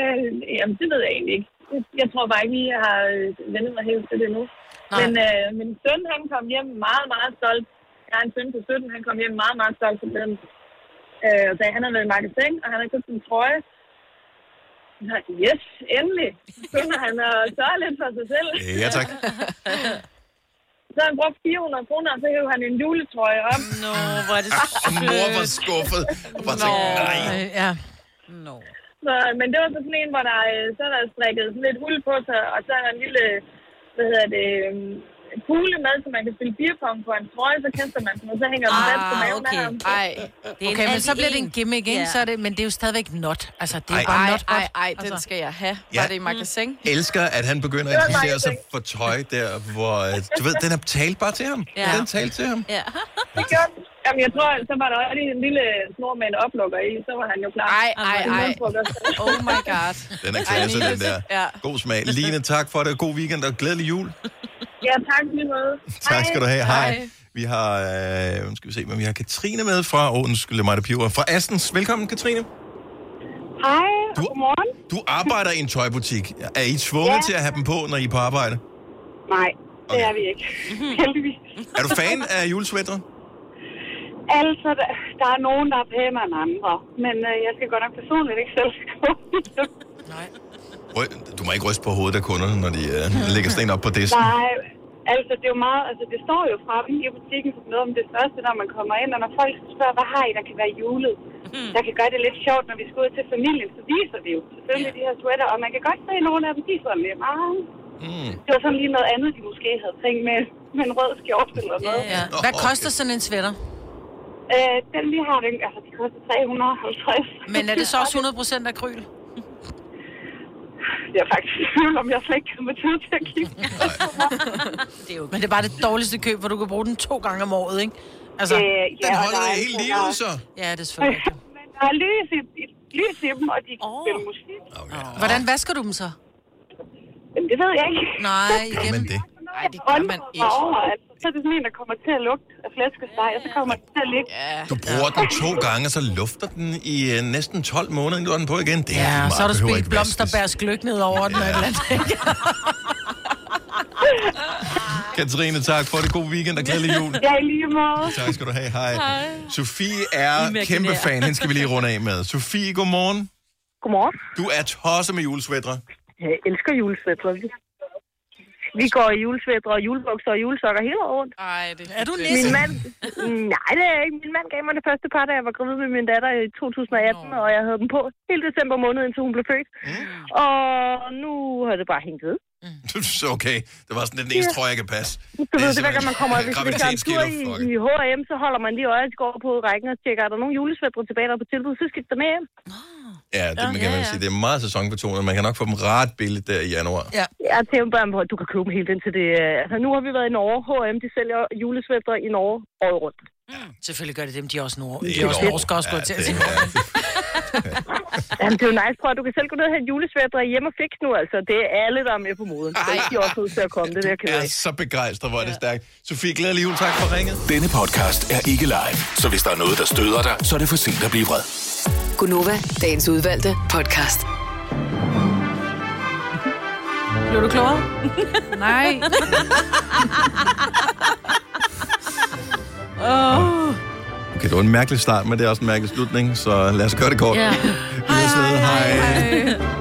S11: Øh, jamen, det ved jeg egentlig ikke. Jeg tror bare ikke, lige, jeg har øh, vendet mig helt til det nu. Men øh, min søn, han kom hjem meget, meget stolt. Jeg har en søn på 17, han kom hjem meget, meget stolt til den. Øh, og sagde, han havde været i magasin, og han havde købt en trøje. Jeg sagde, yes, endelig. Så begynder han at sørge lidt for sig selv.
S1: Ja, tak.
S11: Så har han brugt 400 kroner, og så hævde han en juletrøje op.
S3: Nå, hvor er det
S1: Og mor var skuffet. Og bare tænkte, nej.
S2: Ja.
S11: Så, men det var så sådan en, hvor der, øh, så er der strikket sådan lidt hul på sig, og så er der en lille, hvad hedder det, øhm, kugle med, så man kan spille beerpong på en trøje, så kaster man den, og så hænger den fast på maven af ham.
S4: Ej.
S2: Okay, men så bliver det en gimmick, ikke? Så er det, men det er jo stadigvæk not. Altså, det er jo bare
S4: Ej,
S2: not Altså. Mm.
S4: ej, ej, den skal jeg have.
S1: Ja.
S4: Var det i magasin?
S1: Elsker, at han begynder
S4: Det
S1: at
S4: var mig,
S1: interessere
S4: jeg
S1: sig for tøj der, hvor... øh, Du ved, den er talt bare til ham.
S11: Ja.
S1: Den talte til ham.
S3: Ja.
S11: Det gjorde den. Jamen, jeg tror, så var der også lige en lille snor med en oplukker i, så var han jo klar.
S4: Ej, ej, ej. Oh my god.
S1: Den er klasse,
S4: Ej,
S1: den der.
S4: Ja.
S1: God smag. Line, tak for det. God weekend og glædelig jul.
S11: Ja, tak lige måde.
S1: Tak skal du have. Hej. Vi har, øh, nu skal vi se, men vi har Katrine med fra Odenskylde Mig, der piver. Fra Astens. Velkommen, Katrine.
S8: Hej, du... godmorgen.
S1: Du arbejder i en tøjbutik. Er I tvunget
S8: Ja.
S1: til at have dem på, når I er på arbejde?
S8: Nej, det okay. er vi ikke. Heldigvis.
S1: Er du fan af julesweater?
S8: Altså, der- der er nogen, der er pænere end andre, men øh, jeg skal godt nok personligt ikke selv
S1: Rø- Du må ikke ryste på hovedet af kunderne, når de øh, lægger sådan en op på disken.
S8: Nej, altså det er jo meget, altså det står jo fra dem i butikken som noget om det første, når man kommer ind, og når folk spørger, hvad har I, der kan være julet?
S2: Mhm.
S8: Der kan gøre det lidt sjovt, når vi skal ud til familien, så viser vi jo selvfølgelig de her sweater, og man kan godt se, at nogle af dem, de er sådan lidt meget.
S1: Mm.
S8: Det var sådan lige noget andet, de måske havde tænkt med, med en rød skjorte eller noget.
S2: Ja. Hvad koster sådan en sweater?
S8: Øh, den vi har, den, altså, det koster 350.
S2: Men er det så også 100% akryl?
S18: jeg er faktisk i tvivl, om jeg slet ikke kommer tid til at kigge.
S2: Det er jo, men det er bare det dårligste køb, hvor du kan bruge den to gange om året, ikke? Altså,
S18: Øh, ja, Den holder og der er- hele livet, så.
S2: Ja, det er selvfølgelig.
S18: Men der er lys i, i- lys i dem, og de kan spille musik.
S2: Hvordan vasker du dem så?
S18: Jamen, det ved jeg ikke.
S2: Nej, igen.
S1: Men det.
S18: Nej, det gør man ikke. Over, altså, så er det sådan en, der kommer til at lugte af flæskesteg, og så kommer den til at ligge.
S1: Du bruger den to gange, og så lufter den i øh, næsten 12 måneder, inden du har den på igen. Det er lige
S2: Ja,
S1: meget,
S2: så har du
S1: behøver
S2: spillet
S1: ikke vaskes.
S2: blomsterbærs gløk ned over den. Eller et eller andet.
S1: Katrine, tak for det. God weekend og glædelig jul.
S18: Ja, i lige måde.
S1: Tak skal du have. Hej.
S18: Hej.
S1: Sofie er
S18: Imaginær.
S1: kæmpe fan. Hende skal vi lige runde af med. Sofie, godmorgen.
S11: Godmorgen.
S1: Du er tosset med julesvætter.
S11: Jeg elsker julesvætter. Vi, vi går i julesvætter og julebukser og julesokker hele året rundt.
S3: Ej, det
S11: Er
S3: du
S11: Min mand, nej, det er jeg ikke. Min mand gav mig det første par, da jeg var gravid med min datter i 2018, og jeg havde dem på hele december måned, indtil hun blev født.
S1: Mm.
S11: Og nu har det bare hængt ved.
S1: Så okay. Det var sådan den eneste
S11: Ja.
S1: trøje, jeg kan passe.
S11: Du ved, det
S1: simpelthen
S11: hver gang man kommer, hvis man tager en tur
S1: graviditetsskilder.
S11: i, i
S1: Fuck.
S11: H&M, så holder man lige øjet, går på rækken og tjekker, er der nogle julesvætter tilbage, der er på tilbud, så skifter med hjem.
S1: Ja, det man kan man sige. Det er meget sæsonbetonet. Man kan nok få dem ret billigt der i januar.
S11: Ja. Jeg tænker bare, at du kan købe dem helt indtil det. øh, Altså, nu har vi været i Norge. H&M, de sælger julesvætter i Norge året rundt.
S2: Selvfølgelig gør det dem, de er også nord.
S11: Det
S2: De
S11: er
S2: er også
S11: et år.
S2: norske også, skulle jeg til at sige.
S11: Jamen, det er jo nice, prøv at du kan selv gå ned og hente julesvætter hjemme og fikse nu, altså. Det er alle, der er med på moden. Så de er også nødt til at komme, det der kan
S1: Jeg er så begejstret, hvor er det stærkt. Sofie, glædelig jul. Tak for ringet.
S6: Denne podcast er ikke live, så hvis der er noget, der støder dig, så er det for sent at blive vred.
S5: Gunova, dagens udvalgte podcast.
S2: Blev du klogere?
S3: Nej.
S2: Åh.
S1: Okay, det var en mærkelig start, men det er også en mærkelig slutning, så lad os gøre det kort.
S2: Ja.
S1: Vi ses ved. Hej.
S2: Hej.